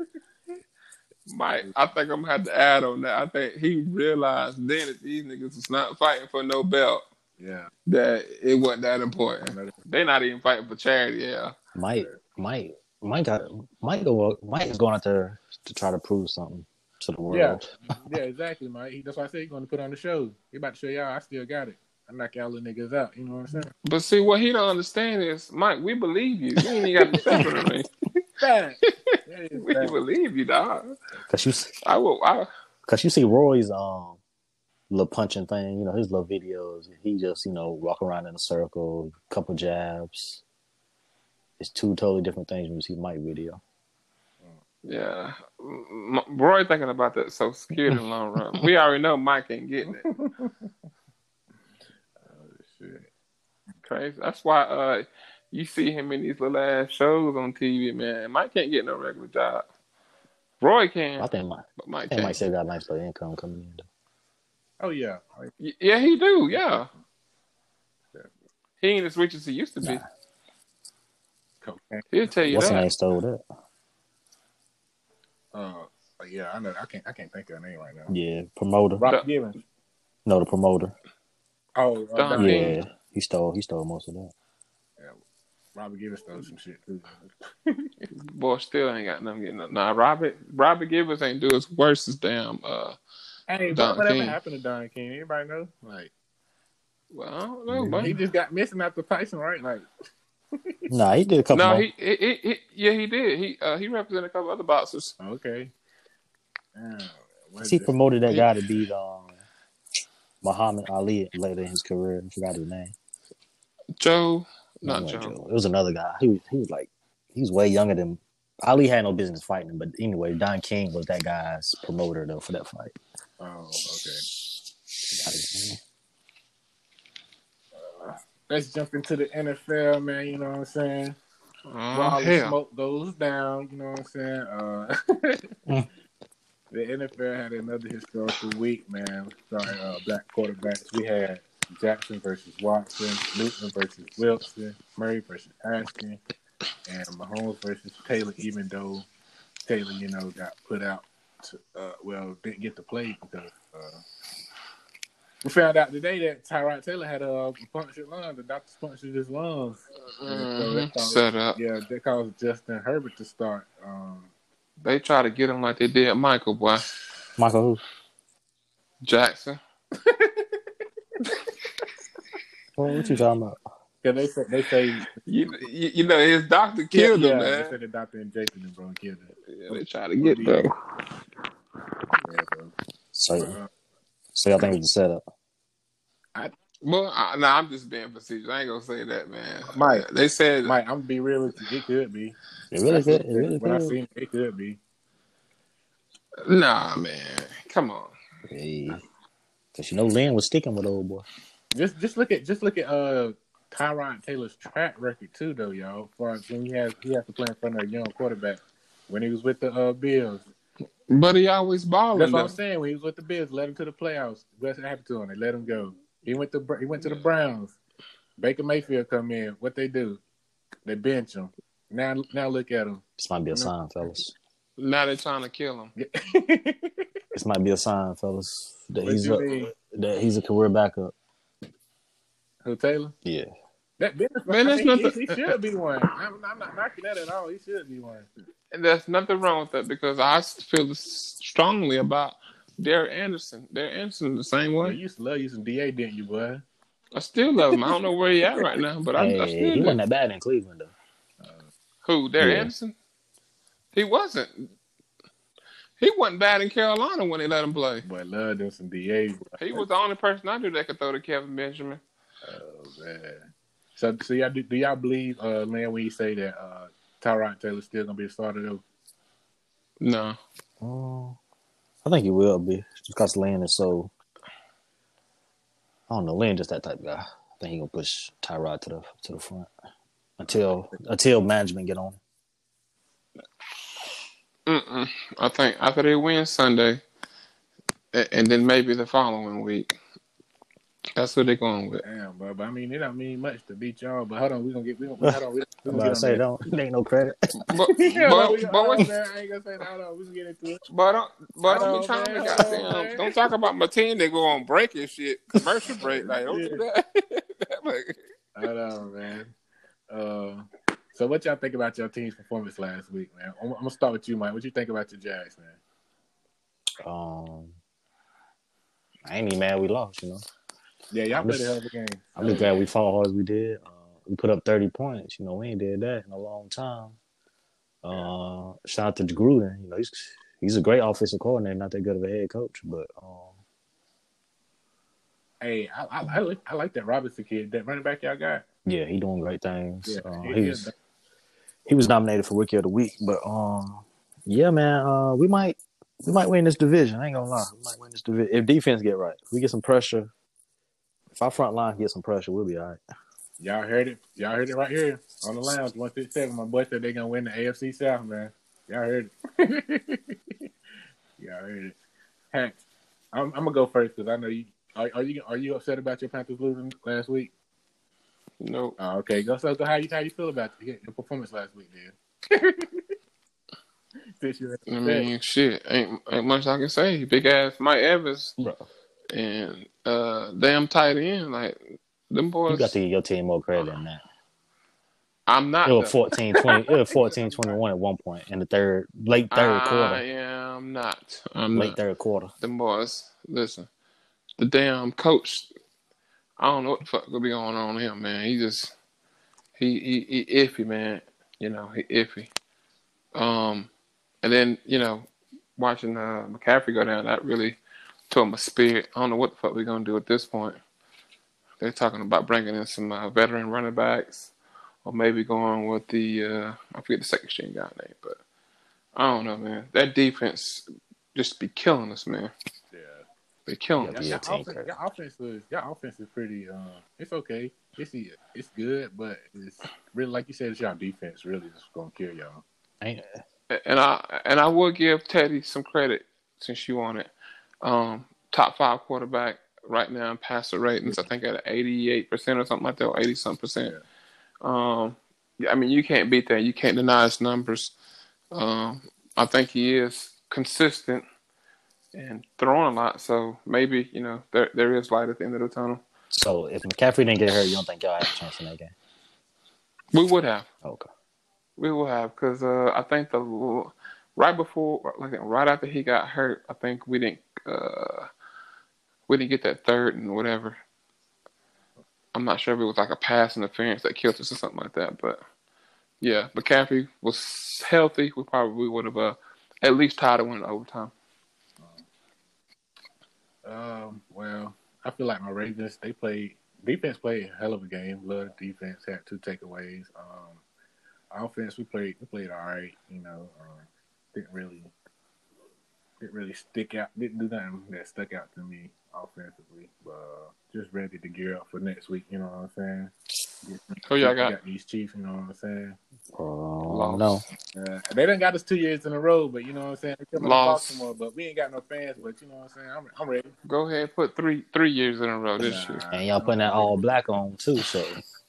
S3: Mike, I think I'm gonna have to add on that. I think he realized then that these niggas was not fighting for no belt.
S1: Yeah.
S3: That it wasn't that important. They not even fighting for charity. Yeah.
S4: Mike, Mike, Mike got Mike. Go, Mike is going out there to try to prove something to the world.
S1: Yeah. Yeah, exactly, Mike. He, that's why I said he's going to put on the show. He about to show y'all I still got it. I knock y'all little niggas out. You know what I'm saying?
S3: But see, what he don't understand is, Mike, we believe you. You ain't even got to step on me.
S1: Fact. That is
S3: We
S1: fact.
S3: believe you, dog.
S4: Cause you,
S3: I will. I,
S4: cause you see Roy's um little punching thing, you know, his little videos. He just, you know, walk around in a circle, couple jabs. It's two totally different things when you see Mike video.
S3: Yeah, M- M- Roy thinking about that Social Security in the long run. We already know Mike ain't getting it.
S1: Oh, Shit.
S3: Crazy. That's why uh, you see him in these little ass shows on TV, man. Mike can't get no regular job. Roy can,
S4: I think Mike,
S3: but Mike
S4: I think Mike
S3: can't.
S4: still got nice little income coming in. though.
S1: Oh yeah. Like,
S3: Y- Yeah, he do. Yeah,
S1: Yeah.
S3: he ain't as rich as he used to be.
S1: cocaine.
S3: He'll tell you
S4: What's the
S3: that.
S4: name stole that?
S1: Uh, yeah, I know. I can't. I can't think of her name right now.
S4: Yeah, promoter.
S1: Rock Givens.
S4: No, the promoter.
S1: Oh, uh,
S3: Don
S1: Don-
S3: King.
S4: Yeah, he stole. He stole most of that.
S1: Robert Givens stole some shit too.
S3: Boy, still ain't got nothing getting up. Nah, Robert Robert Givens ain't do as worse as damn. Uh,
S1: Hey,
S3: Don
S1: whatever
S3: King.
S1: happened to Don King? Anybody know? Like
S3: well, I don't know.
S1: he
S3: man.
S1: just got missing after Tyson, right? Like
S4: Nah, he did a couple.
S3: No,
S4: more.
S3: he, he, he, he yeah he did. He uh, he represented a couple other boxers.
S1: okay. Damn, what is
S4: he
S1: this?
S4: promoted that
S3: He-
S4: guy to beat um, Muhammad Ali later in his career. I forgot his name.
S3: Joe,
S4: It
S3: not Joe.
S4: wasn't It was another guy. He was he was like he was way younger than Ali. Had no business fighting him, but anyway, Don King was that guy's promoter though for that fight.
S1: Oh, okay.
S4: Forgot his name.
S1: Let's jump into the NFL, man. You know what I'm saying? While
S3: Oh,
S1: the
S3: hell.
S1: smoke goes down, you know what I'm saying? Uh,
S4: Mm.
S1: the NFL had another historical week, man. Sorry, uh, black quarterbacks. We had Jackson versus Watson, Newton versus Wilson, Murray versus Ashton, and Mahomes versus Taylor. Even though Taylor, you know, got put out. To, uh, well, didn't get to play because. Uh, we found out today that Tyrod Taylor had a punctured lung. The doctor punctured his lungs.
S3: Mhm. Set up.
S1: Yeah, they caused Justin Herbert to start. Um,
S3: They try to get him like they did Michael boy
S4: Michael
S3: Jackson.
S4: who? What, what you talking about?
S1: cause they say they say
S3: You, you, you know his doctor killed
S1: yeah,
S3: him,
S1: They
S3: man.
S1: said the doctor injected him, bro, and killed him.
S3: Yeah, they try to get them.
S1: Yeah, bro.
S4: So,
S1: Uh,
S4: so y'all think it was the setup?
S3: Well, I, nah, I'm just being facetious. I ain't gonna say that, man.
S1: Mike.
S3: they said
S1: Mike, I'm gonna be real with you. It could be.
S4: It really good. It really
S1: When I
S4: good.
S1: seen it, it could be.
S3: Nah, man. Come on.
S4: Hey. Cause you know Lynn was sticking with old boy.
S1: Just just look at just look at uh Tyrod Taylor's track record too, though, y'all. For when he has he has to play in front of a young quarterback. When he was with the uh, Bills,
S3: But he always balling.
S1: That's what I'm
S3: though.
S1: saying. When he was with the Bills, let him to the playoffs. What happened to him? They let him go. He went to he went to the Browns. Baker Mayfield come in. What they do? They bench him. Now now look at him.
S4: This might be a sign, fellas.
S3: Now they're trying to kill him.
S4: This might be a sign, fellas. That
S1: What
S4: he's
S1: you
S4: a,
S1: mean?
S4: that he's a career backup.
S1: Who Taylor?
S4: Yeah.
S1: That business
S3: Man, that's
S1: I mean, he-
S3: not the-
S1: he, should be one. I'm, I'm not knocking that at all. He should be one.
S3: And there's nothing wrong with that because I feel strongly about Derek Anderson. Derek Anderson the same
S1: Well, you
S3: way.
S1: used to love you some DA, didn't you, boy?
S3: I still love him. I don't know where he at right now, but I, I
S4: Hey,
S3: still
S4: he
S3: do.
S4: wasn't that bad in Cleveland though.
S3: Who? Derek
S4: Yeah.
S3: Anderson? He wasn't. He wasn't bad in Carolina when they let him play.
S1: Boy, love them some DA. Boy.
S3: He was the only person I knew that could throw to Kevin Benjamin.
S1: Oh man. So, so y'all do, do y'all believe, uh, Lynn, when you say that uh, Tyrod Taylor's still gonna be a starter though?
S3: No.
S4: Oh, I think he will be just because Lynn is so. I don't know. Lynn just that type of guy. I think he gonna push Tyrod to the to the front until until management get on. him.
S3: Mm-mm. I think after they win Sunday, a- and then maybe the following week, that's what they're going with.
S1: Damn, bro. But I mean, it don't mean much to beat y'all. But hold on, we gonna get we gonna hold on. We, we
S4: I'm
S1: gonna
S4: about
S1: get
S4: to
S1: on
S4: say
S1: that.
S4: don't it ain't no credit.
S3: But,
S1: Yeah,
S3: but,
S1: no, we,
S3: but
S1: hold on,
S3: what-
S1: man. I ain't gonna say that. Hold on, we can get into it.
S3: But don't,
S1: Hold
S3: but don't
S1: on,
S3: be trying to
S1: man. Hold on, Oh, man.
S3: goddamn. Don't talk about my team. They go on break and shit, commercial break. Like don't do that. Like,
S1: Hold on, man. Uh, so what y'all think about your team's performance last week, man? I'm, I'm gonna start with you, Mike. What you think about your Jags, man?
S4: Um, I ain't even mad we lost. You know,
S1: Yeah, y'all
S4: I'm
S1: played a
S4: just-
S1: hell of a game.
S4: I'm just glad we fought hard as we did. Uh, we put up 30 points. You know, we ain't did that in a long time. Uh, shout out to Gruden. You know, he's he's a great offensive coordinator, not that good of a head coach, but um,
S1: Hey, I, I, I, like, I like that Robinson kid, that running back y'all got.
S4: Yeah, he doing great things.
S1: Yeah,
S4: Uh,
S1: he
S4: he
S1: is.
S4: was he was nominated for Rookie of the Week, but um, yeah, man, uh, we might we might win this division. I ain't gonna lie, we might win this division if defense get right. If we get some pressure. If our front line gets some pressure, we'll be all right.
S1: Y'all heard it. Y'all heard it right here on the lounge. One six seven. My boy said they gonna win the AFC South, man. Y'all heard it. Y'all heard it. Hank, I'm, I'm gonna go first because I know you. Are, are you are you upset about your Panthers losing last week?
S3: Nope.
S1: Oh, okay. Go so go. How you how you feel about your your performance last week, then? Since you're
S3: I mean, shit, ain't, ain't much I can say. Big ass Mike Evans and uh, damn tight end, like them
S4: You
S3: boys.
S4: got to give your team more credit than that.
S3: I'm not.
S4: It was
S3: the-
S4: 14 20, it was 14 21 at one point in the third, late third
S1: Ah,
S3: I
S4: quarter.
S3: am not. I'm
S4: Late
S3: not.
S4: third quarter.
S3: Them boys, listen, the damn coach. I don't know what the fuck could be going on with him, man. He just he he, he iffy, man. You know he iffy. Um, and then you know watching uh, McCaffrey go down, that really tore my spirit. I don't know what the fuck we're gonna do at this point. They're talking about bringing in some uh, veteran running backs, or maybe going with the uh, I forget the second string guy name, but I don't know, man. That defense just be killing us, man.
S1: yeah.
S3: They killing
S1: Yeah,
S3: us.
S4: Yeah,
S1: your,
S4: team
S1: offense,
S4: credit.
S1: your offense is your offense is pretty. Um, it's okay. It's it's good, but it's really like you said. It's your defense really is gonna kill y'all.
S4: Ain't-
S3: and I and I would give Teddy some credit since you on it. Um, top five quarterback right now in passer ratings. I think at eighty eight percent or something like that, or eighty something percent. Um, yeah, I mean you can't beat that. You can't deny his numbers. Um, I think he is consistent and throwing a lot. So maybe you know there there is light at the end of the tunnel.
S4: So if McCaffrey didn't get hurt, you don't think y'all had a chance in that game?
S3: We would have.
S4: Okay.
S3: We will have because uh, I think the right before, like right after he got hurt, I think we didn't uh, we didn't get that third and whatever. I'm not sure if it was like a pass interference that killed us or something like that, but yeah, McCaffrey was healthy. We probably would have uh, at least tied it in overtime.
S1: Um, well, I feel like my Ravens they played defense played a hell of a game. Love defense had two takeaways. Um, offense we played we played all right. You know, um, didn't really didn't really stick out. Didn't do nothing that stuck out to me offensively. But uh, just ready to gear up for next week. You know what I'm saying?
S3: Who y'all Oh, got?
S1: got these Chiefs, you know what I'm saying?
S4: Oh no.
S1: Uh, they done got us two years in a row, but you know what I'm saying? They coming to
S3: Lost.
S1: Baltimore, but we ain't got no fans, but you know what I'm saying? I'm, I'm ready.
S3: Go ahead, put three three years in a row this year.
S4: And y'all putting that all black on too, so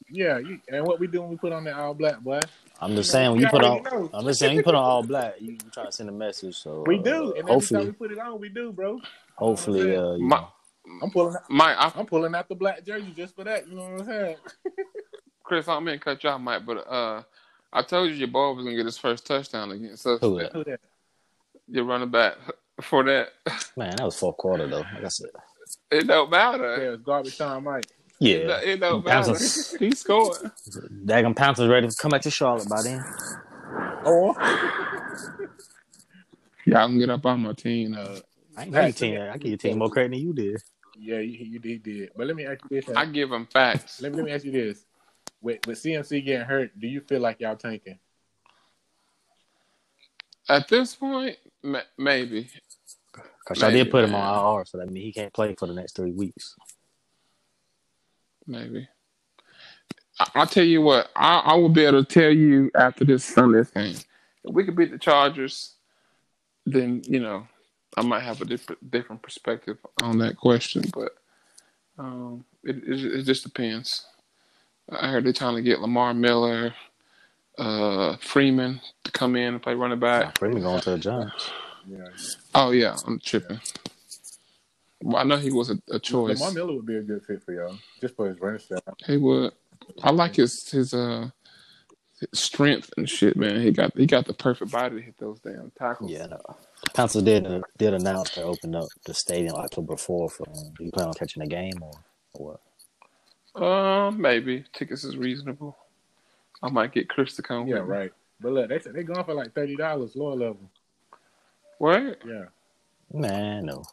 S1: Yeah, you, and what we doing, we put on that all black, boy.
S4: I'm just saying when you
S1: We
S4: put
S1: already
S4: on
S1: know.
S4: I'm just saying you put on all black, you, you trying to send a message. So
S1: We
S4: uh,
S1: do. And every time we
S4: hopefully
S1: put it on, we do, bro.
S4: hopefully uh you
S3: My,
S4: know,
S1: I'm pulling out,
S3: my, I
S1: I'm pulling out the black jersey just for that, you know what I'm saying?
S3: Chris, I'm gonna cut y'all, Mike, but uh, I told you your boy was gonna get his first touchdown against us.
S4: Who that?
S1: Who that?
S3: your running back for that.
S4: man, that was fourth quarter though. Like I said.
S3: It don't
S1: Yeah,
S3: matter.
S1: it's garbage time, Mike.
S3: It
S4: Yeah.
S3: don't- It don't
S4: That
S3: matter.
S4: was
S3: he scored.
S4: Dagon Pouncers ready to come back to Charlotte by then.
S1: Or
S3: Yeah, I can get up on my team. Uh,
S4: I ain't give your team I give your team more credit than you did.
S1: yeah, you, you did, did. But let me ask you this.
S3: I give him facts.
S1: let me let me ask you this: with with CMC getting hurt, do you feel like y'all tanking?
S3: At this point, ma- maybe.
S4: Cause y'all did
S3: Maybe,
S4: put him
S3: man.
S4: on IR, so that means he can't play for the next three weeks.
S3: Maybe. I- I'll tell you what. I, I will be able to tell you after this Sunday's game. If we could beat the Chargers, then you know I might have a different different perspective on that question. But um, it, it it just depends. I heard they're trying to get Lamar Miller, uh, Freeman to come in and play running
S4: I'm
S3: back.
S4: pretty going to the Giants.
S1: Yeah,
S3: Oh yeah, I'm tripping. Well, I know he was a, a choice.
S1: Lamar Miller would be a good fit for y'all, just for his running style.
S3: He would. I like his his uh his strength and shit, man. He got he got the perfect body to hit those damn tackles.
S4: Yeah, no. Council did uh, did announce they opened up the stadium October fourth. Um, you plan on catching the game or, or what?
S3: Um, maybe tickets is reasonable. I might get Chris to come.
S1: Yeah,
S3: with me.
S1: right. But look, they said they going for like thirty dollars, lower level.
S3: What?
S1: Yeah,
S4: Man, no.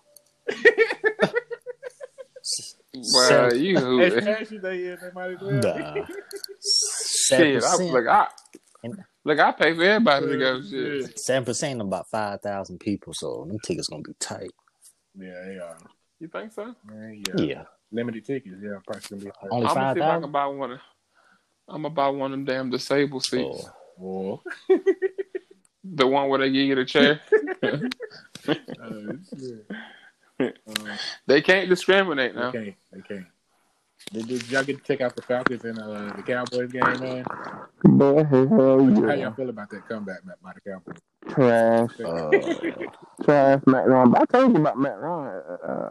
S3: Well, you
S1: As
S3: who?
S1: fast as they is, they might as well.
S4: Nah. Seven
S3: Shit, I,
S4: percent.
S3: look, I look, I pay for everybody to go. Shit.
S4: Seven percent about five thousand people, so them tickets gonna be tight.
S1: Yeah, they are.
S3: You think so?
S1: Man,
S4: Yeah,
S1: yeah. Limited tickets. Yeah, price gonna be high.
S4: only
S3: I'm gonna
S4: five
S3: see if I can
S4: thousand.
S3: buy one. Of, I'm gonna buy one of them damn disabled seats.
S4: Oh,
S1: Whoa.
S3: The one where they give you the chair.
S1: Oh, shit. Uh,
S3: they can't discriminate now.
S1: They can't. They can't. Did, did y'all get to check out the Falcons and uh, the Cowboys game, man?
S5: Boy, hell
S1: How
S5: yeah.
S1: y'all feel about that comeback by- by the Cowboys?
S5: Trash,
S4: uh,
S5: trash, Matt Ryan. But I told you about Matt Ryan. Uh, uh,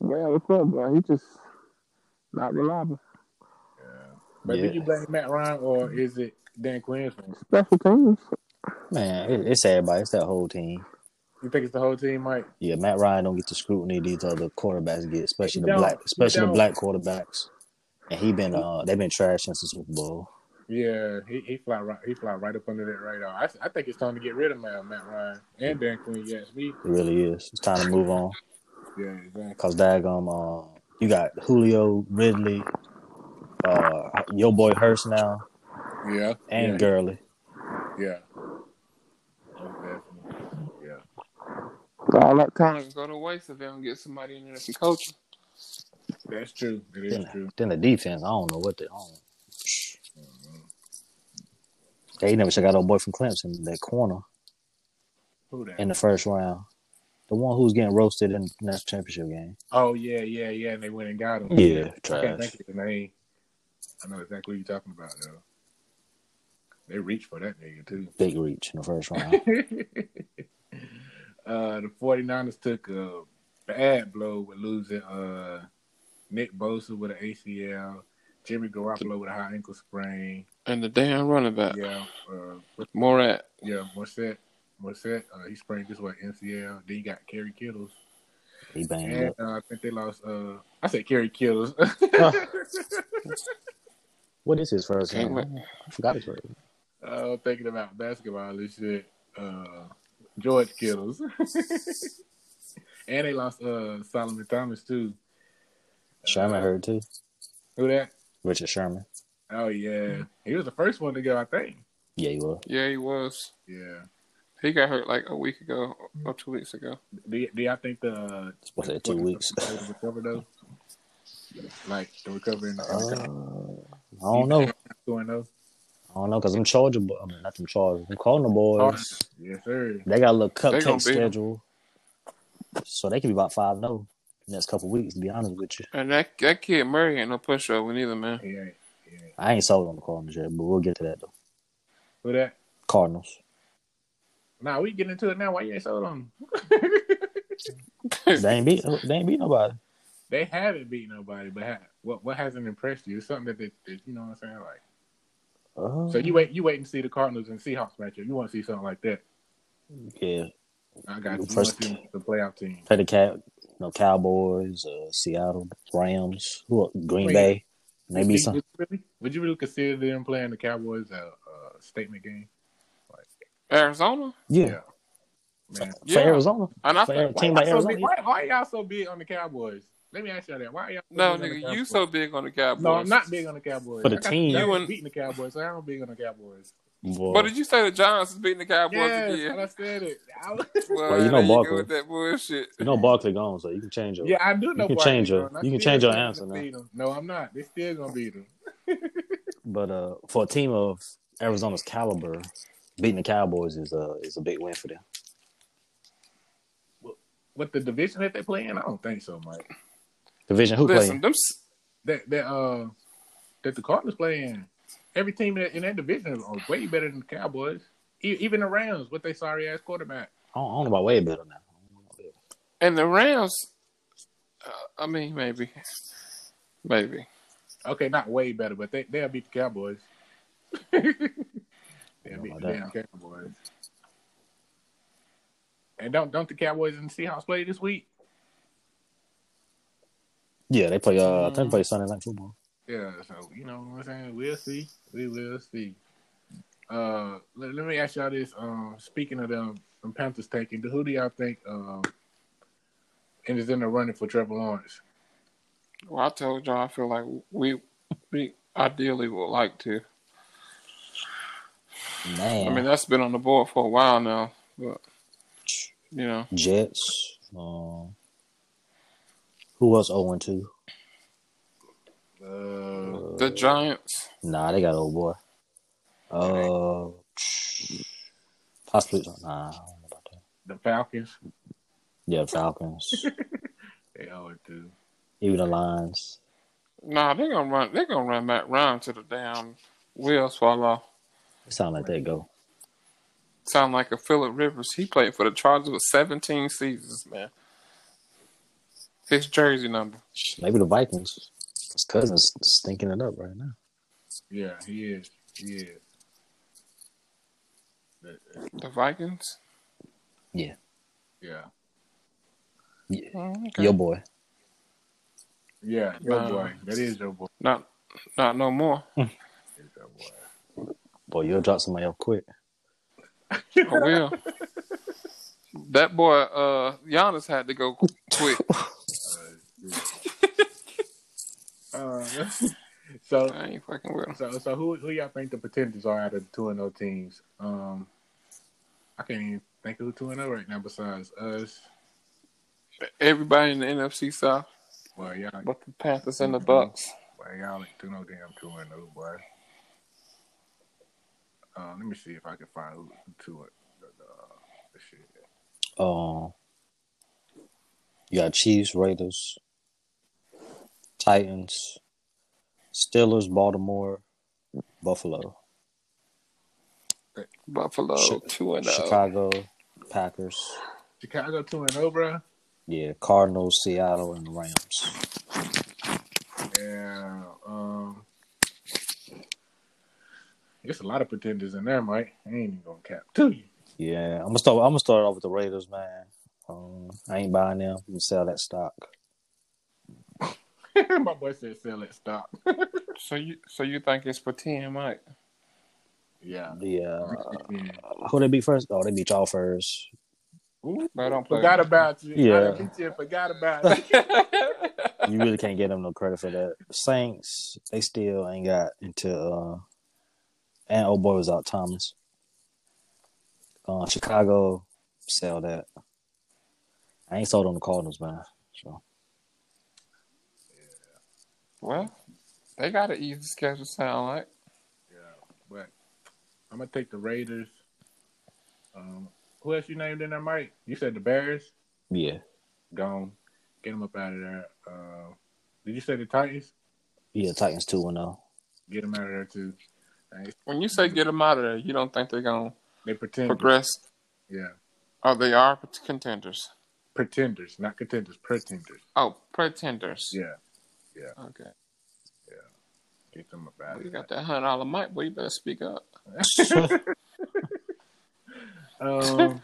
S5: well, it's up, bro. He just not reliable.
S1: But
S4: Yeah.
S1: did you blame Matt Ryan or is it Dan Quinn's fault?
S5: Special teams.
S4: uh, man, it, it's everybody. It's that whole team.
S1: You think it's the whole team, Mike?
S4: Yeah, Matt Ryan don't get the scrutiny these other quarterbacks get, especially the
S1: He don't.
S4: black, especially the
S1: don't.
S4: black quarterbacks. And he been uh, they've been trash since the Super Bowl.
S1: Yeah, he, he fly right he fly right up under that radar. I, I think it's time to get rid of Matt, Matt Ryan and Dan Quinn. Yes, me.
S4: It really is. It's time to move on.
S1: Yeah, exactly.
S4: Cause daggum, uh, you got Julio Ridley, uh, your boy Hurst now,
S1: Yeah,
S4: and
S1: yeah,
S4: Gurley.
S1: yeah. Most definitely. Yeah.
S5: All that time.
S3: Go to waste if they don't get somebody in there that can coach. 'em.
S1: That's true. It is
S4: Then,
S1: true.
S4: then the defense. I don't know what they on.
S1: Mm-hmm.
S4: They never check out old boy from Clemson, that corner
S1: Who that?
S4: in the first round. The one who was getting roasted in the national championship game.
S1: oh yeah, yeah, yeah. And they went and got him.
S4: Yeah,
S1: I can't
S4: trash.
S1: think of the name. I know exactly what you're talking about though. They reached for that nigga too.
S4: Big reach in the first round.
S1: uh, the 49ers took a bad blow with losing uh, Nick Bosa with an ACL, Jimmy Garoppolo with a high ankle sprain.
S3: And the damn running back,
S1: Yeah, uh, what-
S3: Morat.
S1: yeah, Morissette. Morissette, uh, he sprained this way, NCL. Then you got Kerry Kittles.
S4: He banged
S1: And
S4: up.
S1: uh, I think they lost, uh, I said Kerry Kittles.
S4: What is his first
S3: Can't wait.
S4: name? I forgot his first. name.
S1: uh, thinking about basketball and shit. Uh, George Kittles. and they lost uh, Solomon Thomas, too.
S4: Sherman heard too.
S1: Who that?
S4: Richard Sherman.
S1: Oh yeah, he was the first one to go, I think.
S4: Yeah, he was.
S3: Yeah, he was.
S1: Yeah.
S3: He got hurt like a week ago or two weeks ago.
S1: Do, y- do y'all think the uh,
S4: Was it two weeks? Uh,
S1: the recover though? Like the recovery and the, and the
S4: Uh, I don't know.
S1: going though?
S4: I don't know because them Charger, bo- I mean, not them Charger, them Cardinal boys.
S1: Yes, sir.
S4: They got a little
S3: They gonna
S4: cupcake
S3: beat 'em.
S4: schedule, so they could be about five zero next couple weeks. To be honest with you,
S3: And that that kid Murray ain't no pushover neither, man.
S1: Yeah.
S4: I ain't sold on the Cardinals yet, but we'll get to that though.
S1: Who that?
S4: Cardinals.
S1: Nah, we get into it now. Why you ain't sold on? 'em?
S4: They ain't beat. They ain't beat nobody.
S1: They haven't beat nobody, but ha- what what hasn't impressed you? Something that, they, that you know what I'm saying? Like,
S4: Uh,
S1: so you wait, you wait and see the Cardinals and Seahawks matchup. You want to see something like that?
S4: yeah,
S1: I got you. you want
S4: First-
S1: to see the playoff team.
S4: play the cat. You know, Cowboys, uh, Seattle, Rams, who else? Green
S1: Wait.
S4: Bay. Maybe
S1: Would you-
S4: some.
S1: Would you, really, would you really consider them playing the Cowboys a, a statement game?
S3: Arizona.
S4: Yeah,
S1: Yeah. Man,
S4: for
S3: Yeah.
S4: Arizona.
S3: And I
S4: For
S3: think
S4: a team
S1: Why,
S4: like
S1: y'all so big,
S4: Arizona.
S1: why, why y'all so big on the Cowboys? Let me ask y'all that. Why y'all so
S3: no,
S1: big on the
S3: nigga, you
S1: Cowboys?
S3: so big on the Cowboys.
S1: No, I'm not big on the Cowboys.
S4: For the
S1: I got
S4: team.
S1: the
S3: You
S1: Giants
S3: and-
S1: beating the Cowboys, so I'm big on the Cowboys.
S4: Boy,
S3: But did you say the Giants is beating the Cowboys
S1: Yes,
S3: again?
S1: I said it. I was,
S3: Well,
S4: Well, you know
S3: there go
S4: Barkley.
S3: with that bullshit.
S4: you know Barkley gone, so you can change it.
S1: yeah, I do know.
S4: can
S1: why
S4: change
S1: they
S4: your-
S1: gonna- I
S4: you can
S1: still
S4: change your
S1: gonna
S4: answer now.
S1: beat 'em. No, I'm not. They still gonna beat them.
S4: But uh, for a team of Arizona's caliber, beating the Cowboys is a is a big win for them.
S1: With the division that they play in, I don't think so, Mike.
S4: Division who
S3: Listen,
S4: playing?
S3: them s-
S1: That that uh that the Cardinals playing, every team in that, in that division are way better than the Cowboys. E- even the Rams with their sorry ass quarterback.
S4: I don't, I don't know about way better now.
S3: and the Rams. Uh, I mean, maybe, maybe.
S1: Okay, not way better, but they they'll beat the Cowboys. they'll beat
S4: about
S1: the damn
S4: that.
S1: Cowboys. And don't don't the Cowboys and Seahawks play this week?
S4: Yeah, they play. Uh, I think they play Sunday night football.
S1: Yeah, so you know what I'm saying. We'll see. We will see. Uh, let, let me ask y'all this. Um, speaking of them, them Panthers taking, who do y'all think um and is in the running for Trevor Lawrence?
S3: Well, I told y'all I feel like we we ideally would like to.
S4: Man,
S3: I mean, that's been on the board for a while now, but you know,
S4: Jets. Um, who else 0 2?
S1: Uh,
S3: the Giants.
S4: Nah, they got old boy. Uh, possibly. Nah, I don't know about that.
S1: the Falcons.
S4: Yeah, Falcons.
S1: They owe it to.
S4: even the Lions.
S3: Nah, they're gonna run. They're gonna run Matt Ryan to the damn wheels fall off.
S4: It sound like they go.
S3: Sound like a Philip Rivers. He played for the Chargers for 17 seasons, man. His jersey number.
S4: Maybe the Vikings. His cousin's stinking it up right now.
S1: Yeah, he is. He is. But, uh,
S3: The Vikings.
S4: Yeah.
S1: Yeah.
S3: Mm, okay.
S4: Your boy.
S1: Yeah, your
S3: Nah.
S1: boy. That is your boy.
S3: Not, not no more.
S1: That's your boy.
S4: Boy, you'll drop somebody up quick.
S3: I will. That boy, uh, Giannis had to go quick.
S1: Uh, so,
S3: I ain't fucking with him.
S1: so, so who who y'all think the potentials are out of the two and O teams? Um, I can't even think of who two and O right now besides us.
S3: Everybody in the NFC South,
S1: Well, y'all, well,
S3: but the Panthers and the Bucks.
S1: y'all ain't do no damn two and O, boy. Uh, let me see if I can find who who two it. Uh, shit.
S4: Um, you got Chiefs, Raiders, Titans, Steelers, Baltimore, Buffalo,
S3: Buffalo
S4: Chi-
S3: two and oh. zero.
S4: Chicago, Packers,
S1: Chicago two and O, bro.
S4: yeah, Cardinals, Seattle, and the Rams.
S1: Yeah. Um, there's a lot of pretenders in there, Mike. I ain't even gonna cap to you.
S4: Yeah, I'm gonna start. I'm gonna start off with the Raiders, man. Um, I ain't buying them. You can sell that stock.
S1: My boy said sell it, stop.
S3: So you, so you think it's for ten, Mike?
S1: Yeah.
S4: Yeah,
S1: yeah.
S4: who they beat first? Oh, they beat y'all first.
S3: No, don't play.
S1: Forgot about you.
S4: Yeah.
S1: I done beat you. Forgot about you.
S4: You really can't get them no credit for that. Saints, they still ain't got into. Uh, and old boy was out Thomas. Uh, Chicago, sell that. I ain't sold on the Cardinals, man. So
S3: Well, they got an easy schedule. Sound like
S1: yeah. But I'm gonna take the Raiders. Um, who else you named in there, Mike? You said the Bears.
S4: yeah,
S1: Gone. Get them up out of there. Uh, did you say the Titans?
S4: yeah, Titans two and oh. zero.
S1: Get them out of there too. They-
S3: when you say get them out of there, you don't think they're gonna
S1: They pretend.
S3: progress?
S1: Yeah.
S3: Oh, they are contenders.
S1: Pretenders, not contenders. Pretenders.
S3: Oh, pretenders.
S1: Yeah.
S3: Okay.
S1: Get them up out
S3: You
S1: of there.
S3: got that hundred dollar mic, boy. You better speak up.
S1: Um,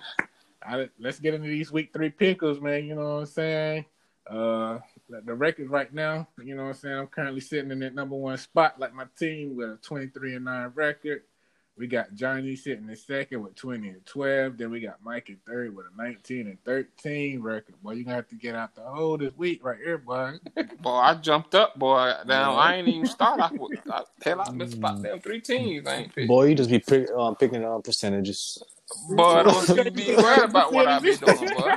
S1: I, let's get into these week three pickles, man. You know what I'm saying? Uh, like the record right now, you know what I'm saying? I'm currently sitting in that number one spot, like my team with a 23 and 9 record. We got Johnny sitting in second with 20 and 12. Then we got Mike in third with a 19 and 13 record. Boy, you're going to have to get out the hole this week right here, boy.
S3: Boy, I jumped up, boy. Now I ain't even start off with. I, hell, I missed about them three teams. I ain't picked. Boy,
S4: Boy, you just be pick, um, picking on percentages.
S3: don't you be worried about what I be doing, boy.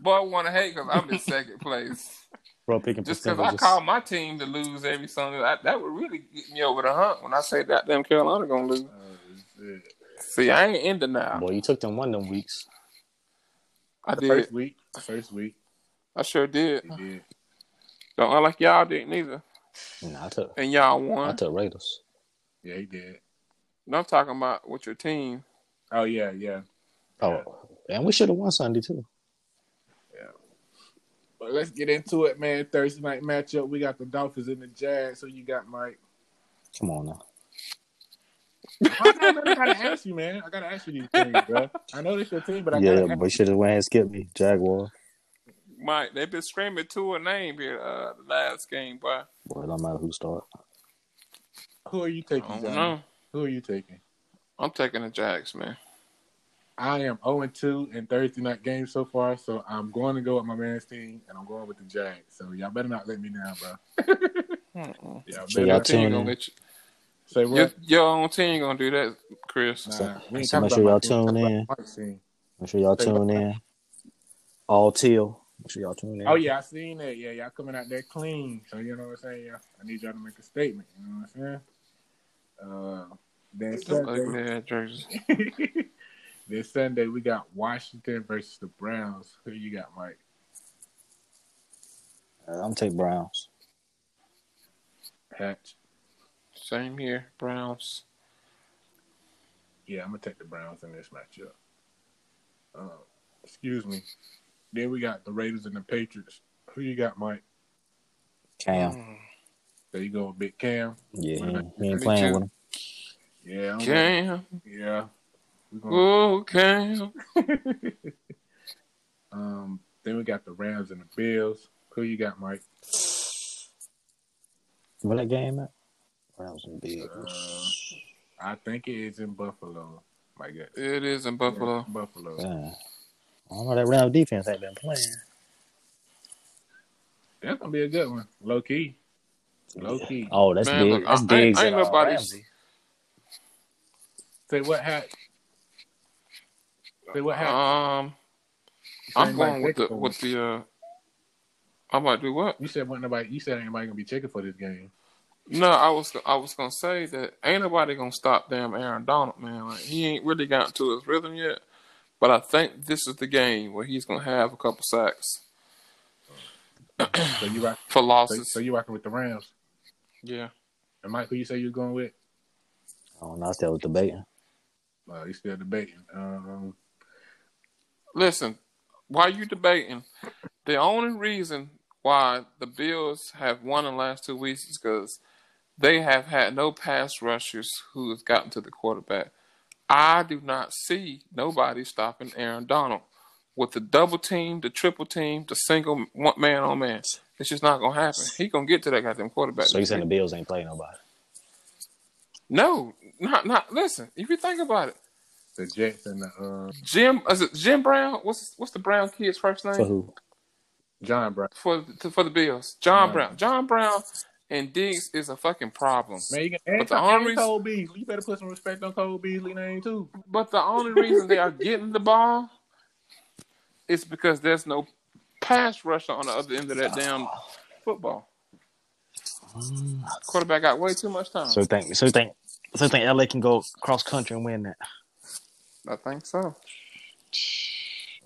S3: Boy, want to hate because I'm in second place.
S4: Bro, picking
S3: Just because I
S4: percentages.
S3: call my team to lose every Sunday, I, that would really get me over the hump when I say that damn Carolina gonna lose.
S1: Oh, shit.
S3: See, I ain't in denial.
S4: Boy, you took them one of them weeks.
S3: I
S1: The first
S3: did.
S1: week, the first week,
S3: I sure did.
S1: they did.
S3: Don't I like y'all didn't either.
S4: Nah, I took.
S3: And y'all
S4: I
S3: won.
S4: took Raiders.
S1: Yeah, he did.
S3: No, I'm talking about with your team.
S1: Oh, yeah, yeah.
S4: Oh, and we should have won Sunday too.
S1: But let's get into it, man. Thursday night matchup. We got the Dolphins and the Jazz. So you got Mike.
S4: Come on now.
S1: I, know, man, I gotta ask you, man. I gotta ask you these things, bro. I know this your team, but I
S4: yeah,
S1: gotta.
S4: but you should have went ahead and skipped me. Jaguar.
S3: Mike, they've been screaming to a name here uh, the last game, boy.
S4: Boy, it don't matter who start.
S1: Ask, who are you
S3: I
S1: taking,
S3: don't
S1: Johnny?
S3: know.
S1: Who are you taking?
S3: I'm taking the Jags, man.
S1: I am 0 2 in Thursday night games so far, so I'm going to go with my man's team and I'm going with the Jags. So y'all better not let me down, bro. y'all better
S4: So y'all
S1: not
S4: tune
S3: team
S4: in.
S3: gonna let you,
S1: say
S3: your,
S1: what?
S3: your own team gonna do that, Chris.
S1: Nah, we ain't
S4: So
S1: talking
S4: make sure y'all
S1: about my team, we
S4: tune
S1: talking
S4: in.
S1: about Mike's team.
S4: Make sure y'all
S1: Say
S4: tune
S1: what?
S4: in. All teal. Make sure y'all tune in.
S1: Oh yeah, I seen that. Yeah, y'all coming out there clean. So you know what I'm saying. Yeah, I need y'all to make a statement. You know what I'm saying. Uh, then
S3: Them
S1: Sunday,
S3: ugly ass jerseys.
S1: then Sunday we got Washington versus the Browns. Who you got, Mike?
S4: Uh, I'm gonna take Browns.
S1: Hatch.
S3: Same here, Browns.
S1: Yeah, I'm gonna take the Browns in this matchup. Uh, excuse me. Then we got the Raiders and the Patriots. Who you got, Mike?
S4: Cam.
S1: There you go, Big Cam.
S4: Yeah, he, ain't- he
S3: Mm. Me
S4: ain't playing
S3: too.
S4: with him.
S1: Yeah, I'm
S3: Cam,
S1: yeah. We gonna-
S3: oh Cam.
S1: um, then we got the Rams and the Bills. Who you got, Mike?
S4: Where that game at? Browns Oh, and Bills.
S1: Uh, I think it is in Buffalo. My God.
S3: It is in Buffalo.
S1: Buffalo.
S4: Damn. I don't know that round defense ain't been playing.
S1: That's gonna be a good one. Low key. Low key.
S4: Oh, that's
S3: Man,
S4: big.
S3: look,
S4: that's
S3: I- I
S4: big. uh,
S3: ain't- I ain't nobody's-
S1: Say what hat? Say what hat?
S3: Um, I'm going with the with the. Uh, I'm about to do what?
S1: You said wasn't nobody. You said anybody gonna be checking for this game.
S3: No, I was I was gonna say that ain't nobody gonna stop damn Aaron Donald, man. Like, he ain't really gotten to his rhythm yet. But I think this is the game where he's gonna have a couple sacks
S1: So you rock.
S3: for
S1: So,
S3: losses.
S1: so you rocking with the Rams.
S3: yeah,
S1: And Mike, who you say you're going with?
S4: I don't know. I still was debating.
S1: Uh, you still debating. Um,
S3: listen, while you debating, the only reason why the Bills have won in the last two weeks is because they have had no pass rushers who have gotten to the quarterback. I do not see nobody stopping Aaron Donald with the double team, the triple team, the single one man on man. It's just not gonna happen. He gonna get to that goddamn quarterback.
S4: So you
S3: this
S4: saying the
S3: week.
S4: Bills ain't playing nobody?
S3: no, not not. Listen, if you think about it,
S1: the Jets and the uh,
S3: Jim is it Jim Brown? What's what's the Brown kid's first name?
S4: For who?
S1: John Brown.
S3: for to, for the Bills. John
S1: Right.
S3: Brown, John Brown, and Diggs is a fucking problem.
S1: Man, you can
S3: But
S1: ask
S3: the
S1: Cole
S3: only reason-
S1: Cole Beasley. You better put some respect on Cole Beasley name too.
S3: But the only reason they are getting the ball is because there's no pass rusher on the other end of that damn football. Quarterback got way too much time.
S4: So you think? So you think? So you think LA can go cross country and win that?
S3: I think so.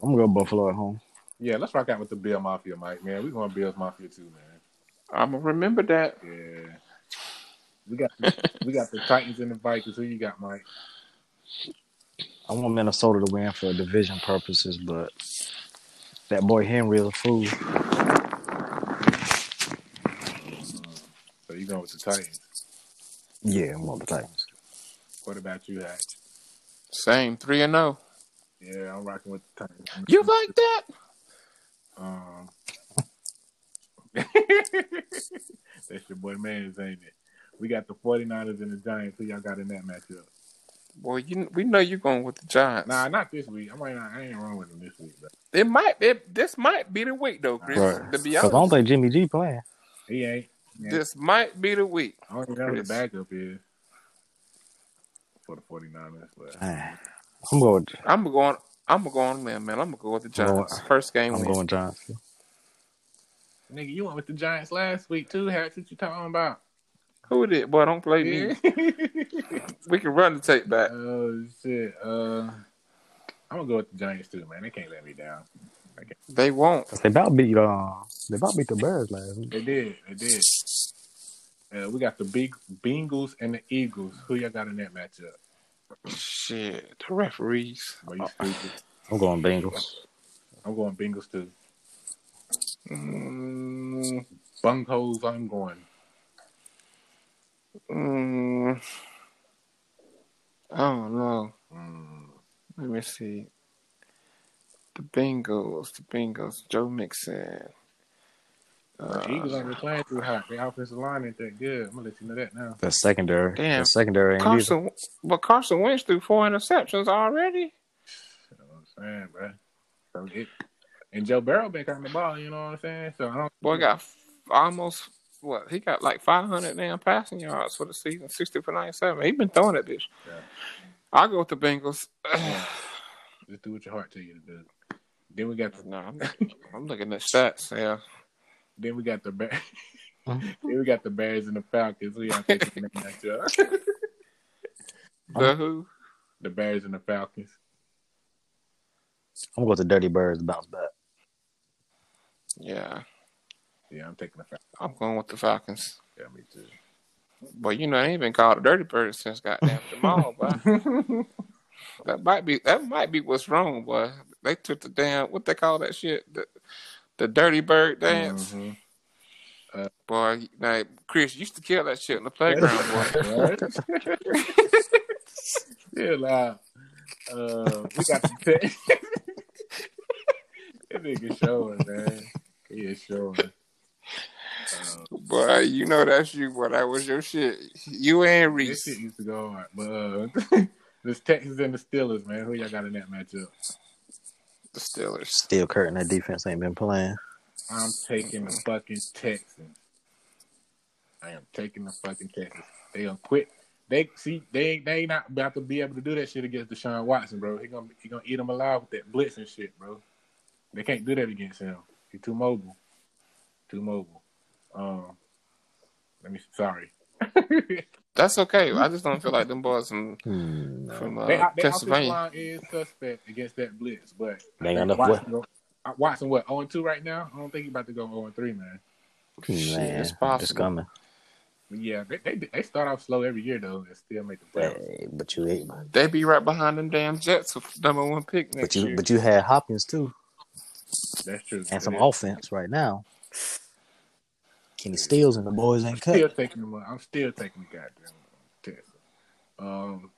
S4: I'm gonna go Buffalo at home.
S1: Yeah, let's rock out with the Bill Mafia, Mike. Man, we're going Bills Mafia too, man.
S3: I'm gonna remember that.
S1: Yeah. We got the, we got the Titans and the Vikings. Who you got, Mike?
S4: I want Minnesota to win for division purposes, but that boy Henry is a fool.
S1: So you going with the Titans.
S4: Yeah, I'm going with the Titans.
S1: What about you, Hack?
S3: Same three and zero.
S1: Yeah, I'm rocking with the Titans.
S3: You like that?
S1: Um, that's your boy Mans, ain't it? We got the 49ers and the Giants. Who y'all got in that matchup?
S3: Well, you we know you're going with the Giants.
S1: Nah, not this week. I might not. I ain't wrong with them this week, but
S3: It might. It, this might be the week though, Chris.
S4: Right.
S3: To be
S4: Cause I don't
S3: honest,
S4: think Jimmy G playing.
S1: he ain't.
S3: this might be the week.
S1: I don't even know who the
S3: Chris.
S1: backup is for the 49ers, but
S4: Man, I'm going.
S3: I'm going. I'm going, man, man. I'm gonna go with the Giants.
S4: going-
S3: First game
S4: I'm
S3: win.
S4: going Johnson.
S1: nigga, you went with the Giants last week too. Hack, what you talking about?
S3: Who it is? Boy, don't play me. We can run the tape back.
S1: Oh shit. Uh, I'm gonna go with the Giants too, man. They can't let me down.
S3: They won't.
S4: They about beat uh, they about beat the Bears last week.
S1: They did. They did. Uh, we got the big Bengals and the Eagles. Who y'all got in that matchup?
S3: Shit, the referees.
S1: Are you stupid?
S4: I'm going Bengals.
S1: I'm going Bengals too.
S3: Mm,
S1: Bungholes, I'm going.
S3: mm, I don't know.
S1: Mm.
S3: Let me see. The Bengals. The Bengals. Joe Mixon.
S1: The Eagles
S3: Uh,
S1: ain't been playing too hot. Their offensive line ain't that good. I'm gonna let you know that now.
S4: That secondary.
S3: Damn.
S4: That secondary ain't either.
S3: Carson. But Carson Wentz threw four interceptions already.
S1: Man, bro. So it, and Joe Barrow been on the ball, you know what I'm saying? So I don't
S3: Boy got f- almost what he got like 500 damn passing yards for the season, 60 for 97. He been throwing that bitch.
S1: Yeah.
S3: I go with the Bengals.
S1: just do what your heart tell you to do. Then we got the
S3: no, I'm, I'm looking at stats. Yeah,
S1: then we got the Bear- then we got the Bears and the Falcons. We out there picking that matchup.
S3: the who?
S1: The Bears and the Falcons.
S4: I'm going to Dirty Birds to bounce back.
S3: Yeah,
S1: Yeah, I'm taking the Falcons.
S3: I'm going with the Falcons.
S1: Yeah, me too.
S3: But you know, they ain't been called a dirty bird since goddamn Jamal, boy. that might be that might be what's wrong, boy. They took the damn what they call that shit the the dirty bird dance.
S1: Mhm. Mm-hmm.
S3: Boy, now Chris used to kill that shit in the playground, boy.
S1: Right? Still loud. Uh, we got the Texans. that nigga showing, man. He is showing. Uh,
S3: Boy, you know that's you, boy. That was your shit. You and
S1: this
S3: Reese.
S1: shit used to go hard, but uh, this Texans and the Steelers, man. Who y'all got in that matchup?
S3: The Steelers.
S4: Steel Curtain, that defense ain't been playing.
S1: I'm taking the fucking Texans. I am taking the fucking Texans. They gonna quit. They see they they not about to be able to do that shit against Deshaun Watson, bro. He gonna he gonna eat him alive with that blitz and shit, bro. They can't do that against him. He's too mobile. Too mobile. Um, let me. Sorry.
S3: That's okay. I just don't feel like them boys from
S4: Hmm.
S3: from uh,
S1: they, they offensive
S3: Pennsylvania.
S1: line is suspect against that blitz, but I
S4: They got
S1: think
S4: enough
S1: Watson, go, uh, Watson what zero two right now? I don't think he about to go zero three, man.
S3: Shit,
S4: Man,
S3: it's
S4: it's,
S3: possible.
S4: coming.
S1: Yeah, they, they they start off slow every year though, and still make the playoffs.
S4: Hey, but you ate,
S3: They be right behind them damn Jets with number one pick next
S4: but you,
S3: year.
S4: but you had Hopkins too,
S1: That's true.
S4: and some
S1: It is.
S4: offense right now. Kenny Steals and the boys ain't
S1: Still
S4: cut.
S1: taking them. I'm still taking the goddamn Texas. Um,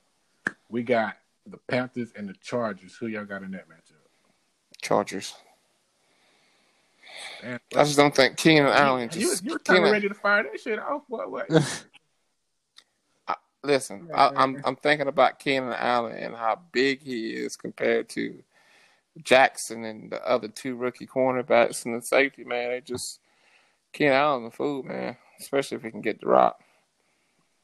S1: we got the Panthers and the Chargers. Who y'all got in that matchup?
S3: Chargers.
S1: Damn.
S3: I just don't think Keenan Allen
S1: you,
S3: just
S1: you were kind of
S3: Keenan,
S1: ready to fire that shit off. What? What?
S3: listen. I, I'm I'm thinking about Keenan Allen and how big he is compared to Jackson and the other two rookie cornerbacks and the safety man. They just Keenan Allen the food man, especially if he can get the rock.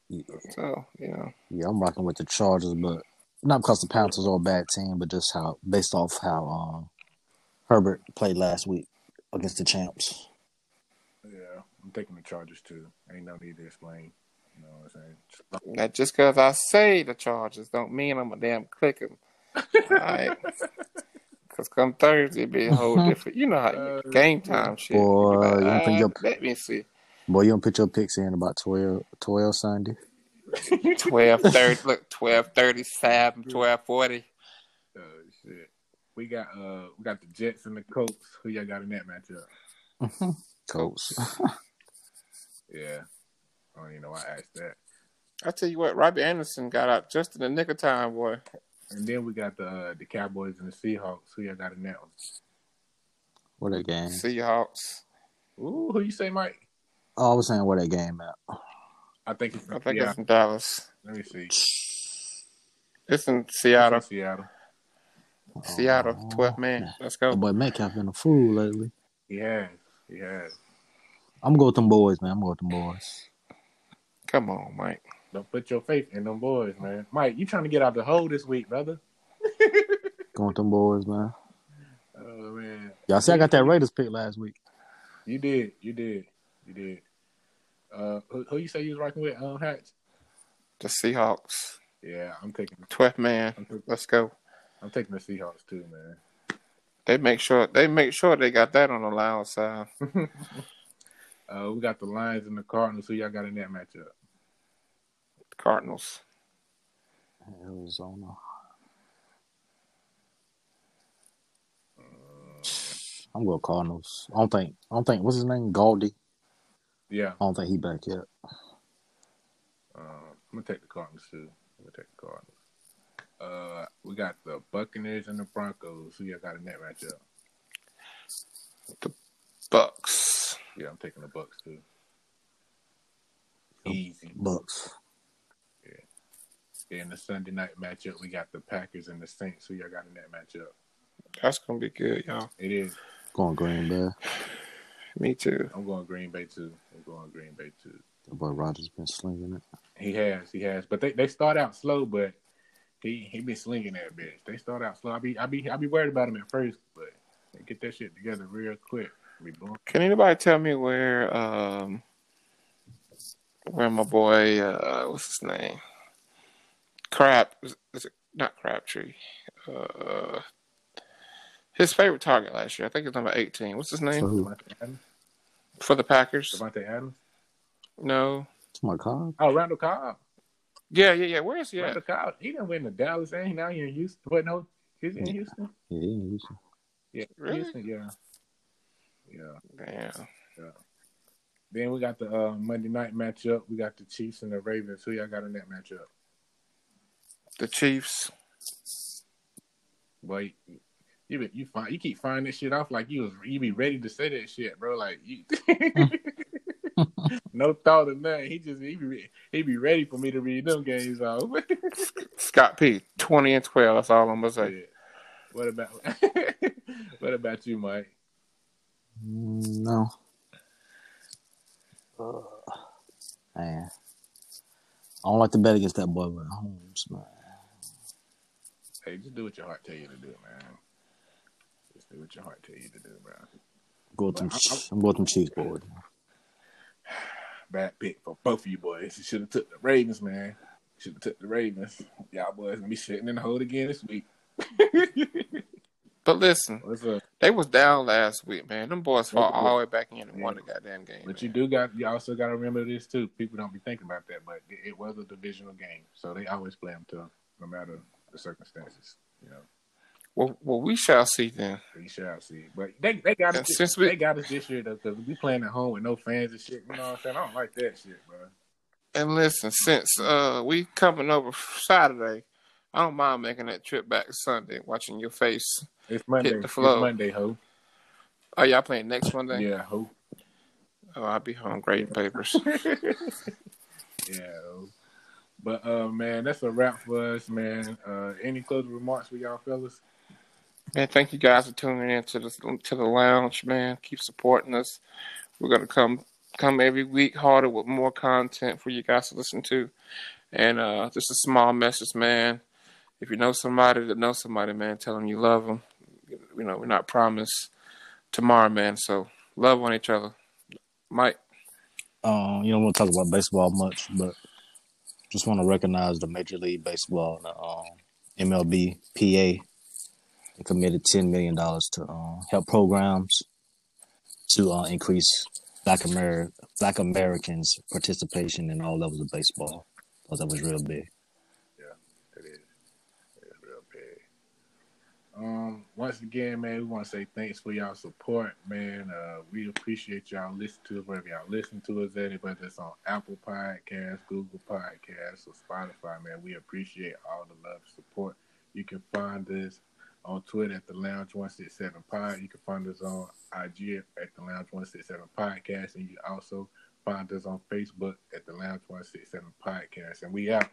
S4: Yeah.
S3: So you know,
S4: Yeah, I'm rocking with the Chargers, but not because the Panthers are a bad team, but just how based off how um, Herbert played last week against the champs.
S1: yeah, I'm taking the Chargers too. Ain't no need to explain. You know what I'm saying? Just-
S3: that just because I say the Chargers don't mean I'm a damn clicker. Right? Because come Thursday, it'd be a whole different. You know how
S1: Uh,
S3: game time shit. You
S4: Boy,
S3: be like,
S4: you don't think
S3: "Ah,
S4: your-
S3: let me see.
S4: Boy, you don't put your picks in about 12, 12 Sunday.
S3: Twelve thirty. Look, twelve thirty-seven, twelve forty.
S1: Oh shit. We got uh, we got the Jets and the Colts. Who y'all got in that matchup?
S4: Colts.
S1: Yeah, I don't even know why I asked that.
S3: I tell you what, Robbie Anderson got out just in the nick of time, boy.
S1: And then we got the uh, the Cowboys and the Seahawks. Who y'all got in that one?
S4: What that game?
S3: Seahawks.
S1: Ooh, who you say, Mike?
S4: Oh, I was saying where that game at.
S1: I think it's
S3: I think
S1: yeah.
S3: it's in Dallas.
S1: Let me see.
S3: It's in
S1: Out
S3: Seattle.
S1: of Seattle.
S3: Seattle, twelve man. Let's go.
S4: That boy Metcalf been a fool lately.
S1: He has. He has.
S4: I'm going with them boys, man. I'm going with them boys.
S3: Come on, Mike.
S1: Don't put your faith in them boys, man. Mike, you trying to get out the hole this week, brother?
S4: Going with them boys, man.
S1: Oh man,
S4: Y'all see, I got that Raiders pick last week.
S1: you did. You did. You did. Uh, who, who you say you was rocking with? Um, Hatch.
S3: The Seahawks.
S1: Yeah, I'm taking.
S3: Twelve man.
S1: I'm, taking-
S3: Let's go.
S1: I'm taking the Seahawks too, man.
S3: They make sure they make sure they got that on the loud side.
S1: Uh, we got the Lions and the Cardinals. Who y'all got in that matchup?
S3: Cardinals.
S4: Arizona. I'm going Cardinals. I don't think. I don't think. What's his name? Galdi.
S1: Yeah,
S4: I don't think he back yet.
S1: Um, I'm gonna take the Cardinals too. I'm gonna take the Cardinals. Uh, we got the Buccaneers and the Broncos. Who y'all got in that matchup?
S3: Bucks.
S1: Yeah, I'm taking the Bucks too. Easy.
S4: Bucks.
S1: In the Sunday night matchup, we got the Packers and the Saints. Who y'all got in that matchup?
S3: That's gonna be good, y'all.
S1: It is.
S4: Going Green Bay.
S3: Me too.
S1: I'm going Green Bay too. I'm going Green Bay too.
S4: That boy Rogers been slinging it.
S1: He has, he has. But they, they start out slow, but he he been slinging that bitch. They start out slow. I be I be I be worried about him at first, but they get that shit together real quick. We boom.
S3: Can anybody tell me where um where my boy uh what's his name? Crap is, is it not Crabtree. Uh his favorite target last year. I think it's number eighteen. What's his
S4: So
S3: name?
S4: who?
S1: Devontae Adams.
S3: For the Packers?
S1: Devontae Adams.
S3: No.
S4: Tomar Cobb?
S1: Oh, Randall Cobb.
S3: Yeah, yeah, yeah. Where is he at?
S1: Randall Cobb. He done went to Dallas and he now he in Houston. What no? He's in
S4: Yeah.
S1: Houston.
S4: Yeah, he in Houston.
S1: Yeah,
S3: Really?
S1: Houston. Yeah, yeah.
S3: Damn.
S1: Then we got the uh, Monday night matchup. We got the Chiefs and the Ravens. Who y'all got in that matchup?
S3: The Chiefs.
S1: Boy, you- you be, you find you keep finding this shit off like you was you be ready to say that shit, bro. Like you, no thought of nothing. He just he be re- he be ready for me to read them games off.
S3: Scott P. Twenty and twelve. That's all I'm gonna say.
S1: Yeah. What about what about you, Mike?
S4: Mm, No. Uh, man. I don't like to bet against that boy with Holmes, man.
S1: Hey, just do what your heart tell you to do, man. Just do what your heart tell you to do, bro.
S4: Go with them, I'm going with them Chiefs, boy.
S1: Bad pick for both of you boys. You should have took the Ravens, man. Should have took the Ravens. Y'all boys gonna be sitting in the hole again this week.
S3: But listen,
S1: What's up?
S3: they was down last week, man. Them boys fought all the way back in and won the goddamn game.
S1: But
S3: man.
S1: you do got you also got to remember this too. People don't be thinking about that, but it, it was a divisional game, so they always play them tough, no matter the circumstances. You know,
S3: Well, well, we shall see then.
S1: we shall see. But they they got
S3: And
S1: us
S3: since we-
S1: they got us this year though, because we playing at home with no fans and shit. You know what I'm saying? I don't like that shit, bro.
S3: And listen, since uh we coming over Saturday, I don't mind making that trip back Sunday, watching your face.
S1: It's Monday.
S3: the
S1: It's
S3: flow.
S1: Monday, ho.
S3: Oh, y'all playing next Monday?
S1: Yeah, ho.
S3: Oh, I'll be home grading papers.
S1: Yeah. ho. But uh, man, that's a wrap for us, man. Uh, any closing remarks for y'all fellas?
S3: Man, thank you guys for tuning in to the to the lounge, man. Keep supporting us. We're gonna come come every week harder with more content for you guys to listen to. And uh just a small message, man. If you know somebody that knows somebody, man, tell them you love them. You know, we're not promised tomorrow, man. So love on each other. Mike,
S4: Um, you don't want to talk about baseball much, but just want to recognize the Major League Baseball, and the um, MLB, PA, and committed ten million dollars to um, help programs to uh, increase Black Amer- Black Americans' participation in all levels of baseball. Thought that was real big.
S1: It is. It is real big. Um, once again, man, we want to say thanks for y'all support, man. Uh, we appreciate y'all listen to us wherever y'all listen to us at, whether it's on Apple Podcasts, Google Podcasts, or Spotify, man. We appreciate all the love and support. You can find us on Twitter at the Lounge One Six Seven Pod. You can find us on IG at the Lounge One Six Seven Podcast, and you also find us on Facebook at the Lounge One Six Seven Podcast. And we out.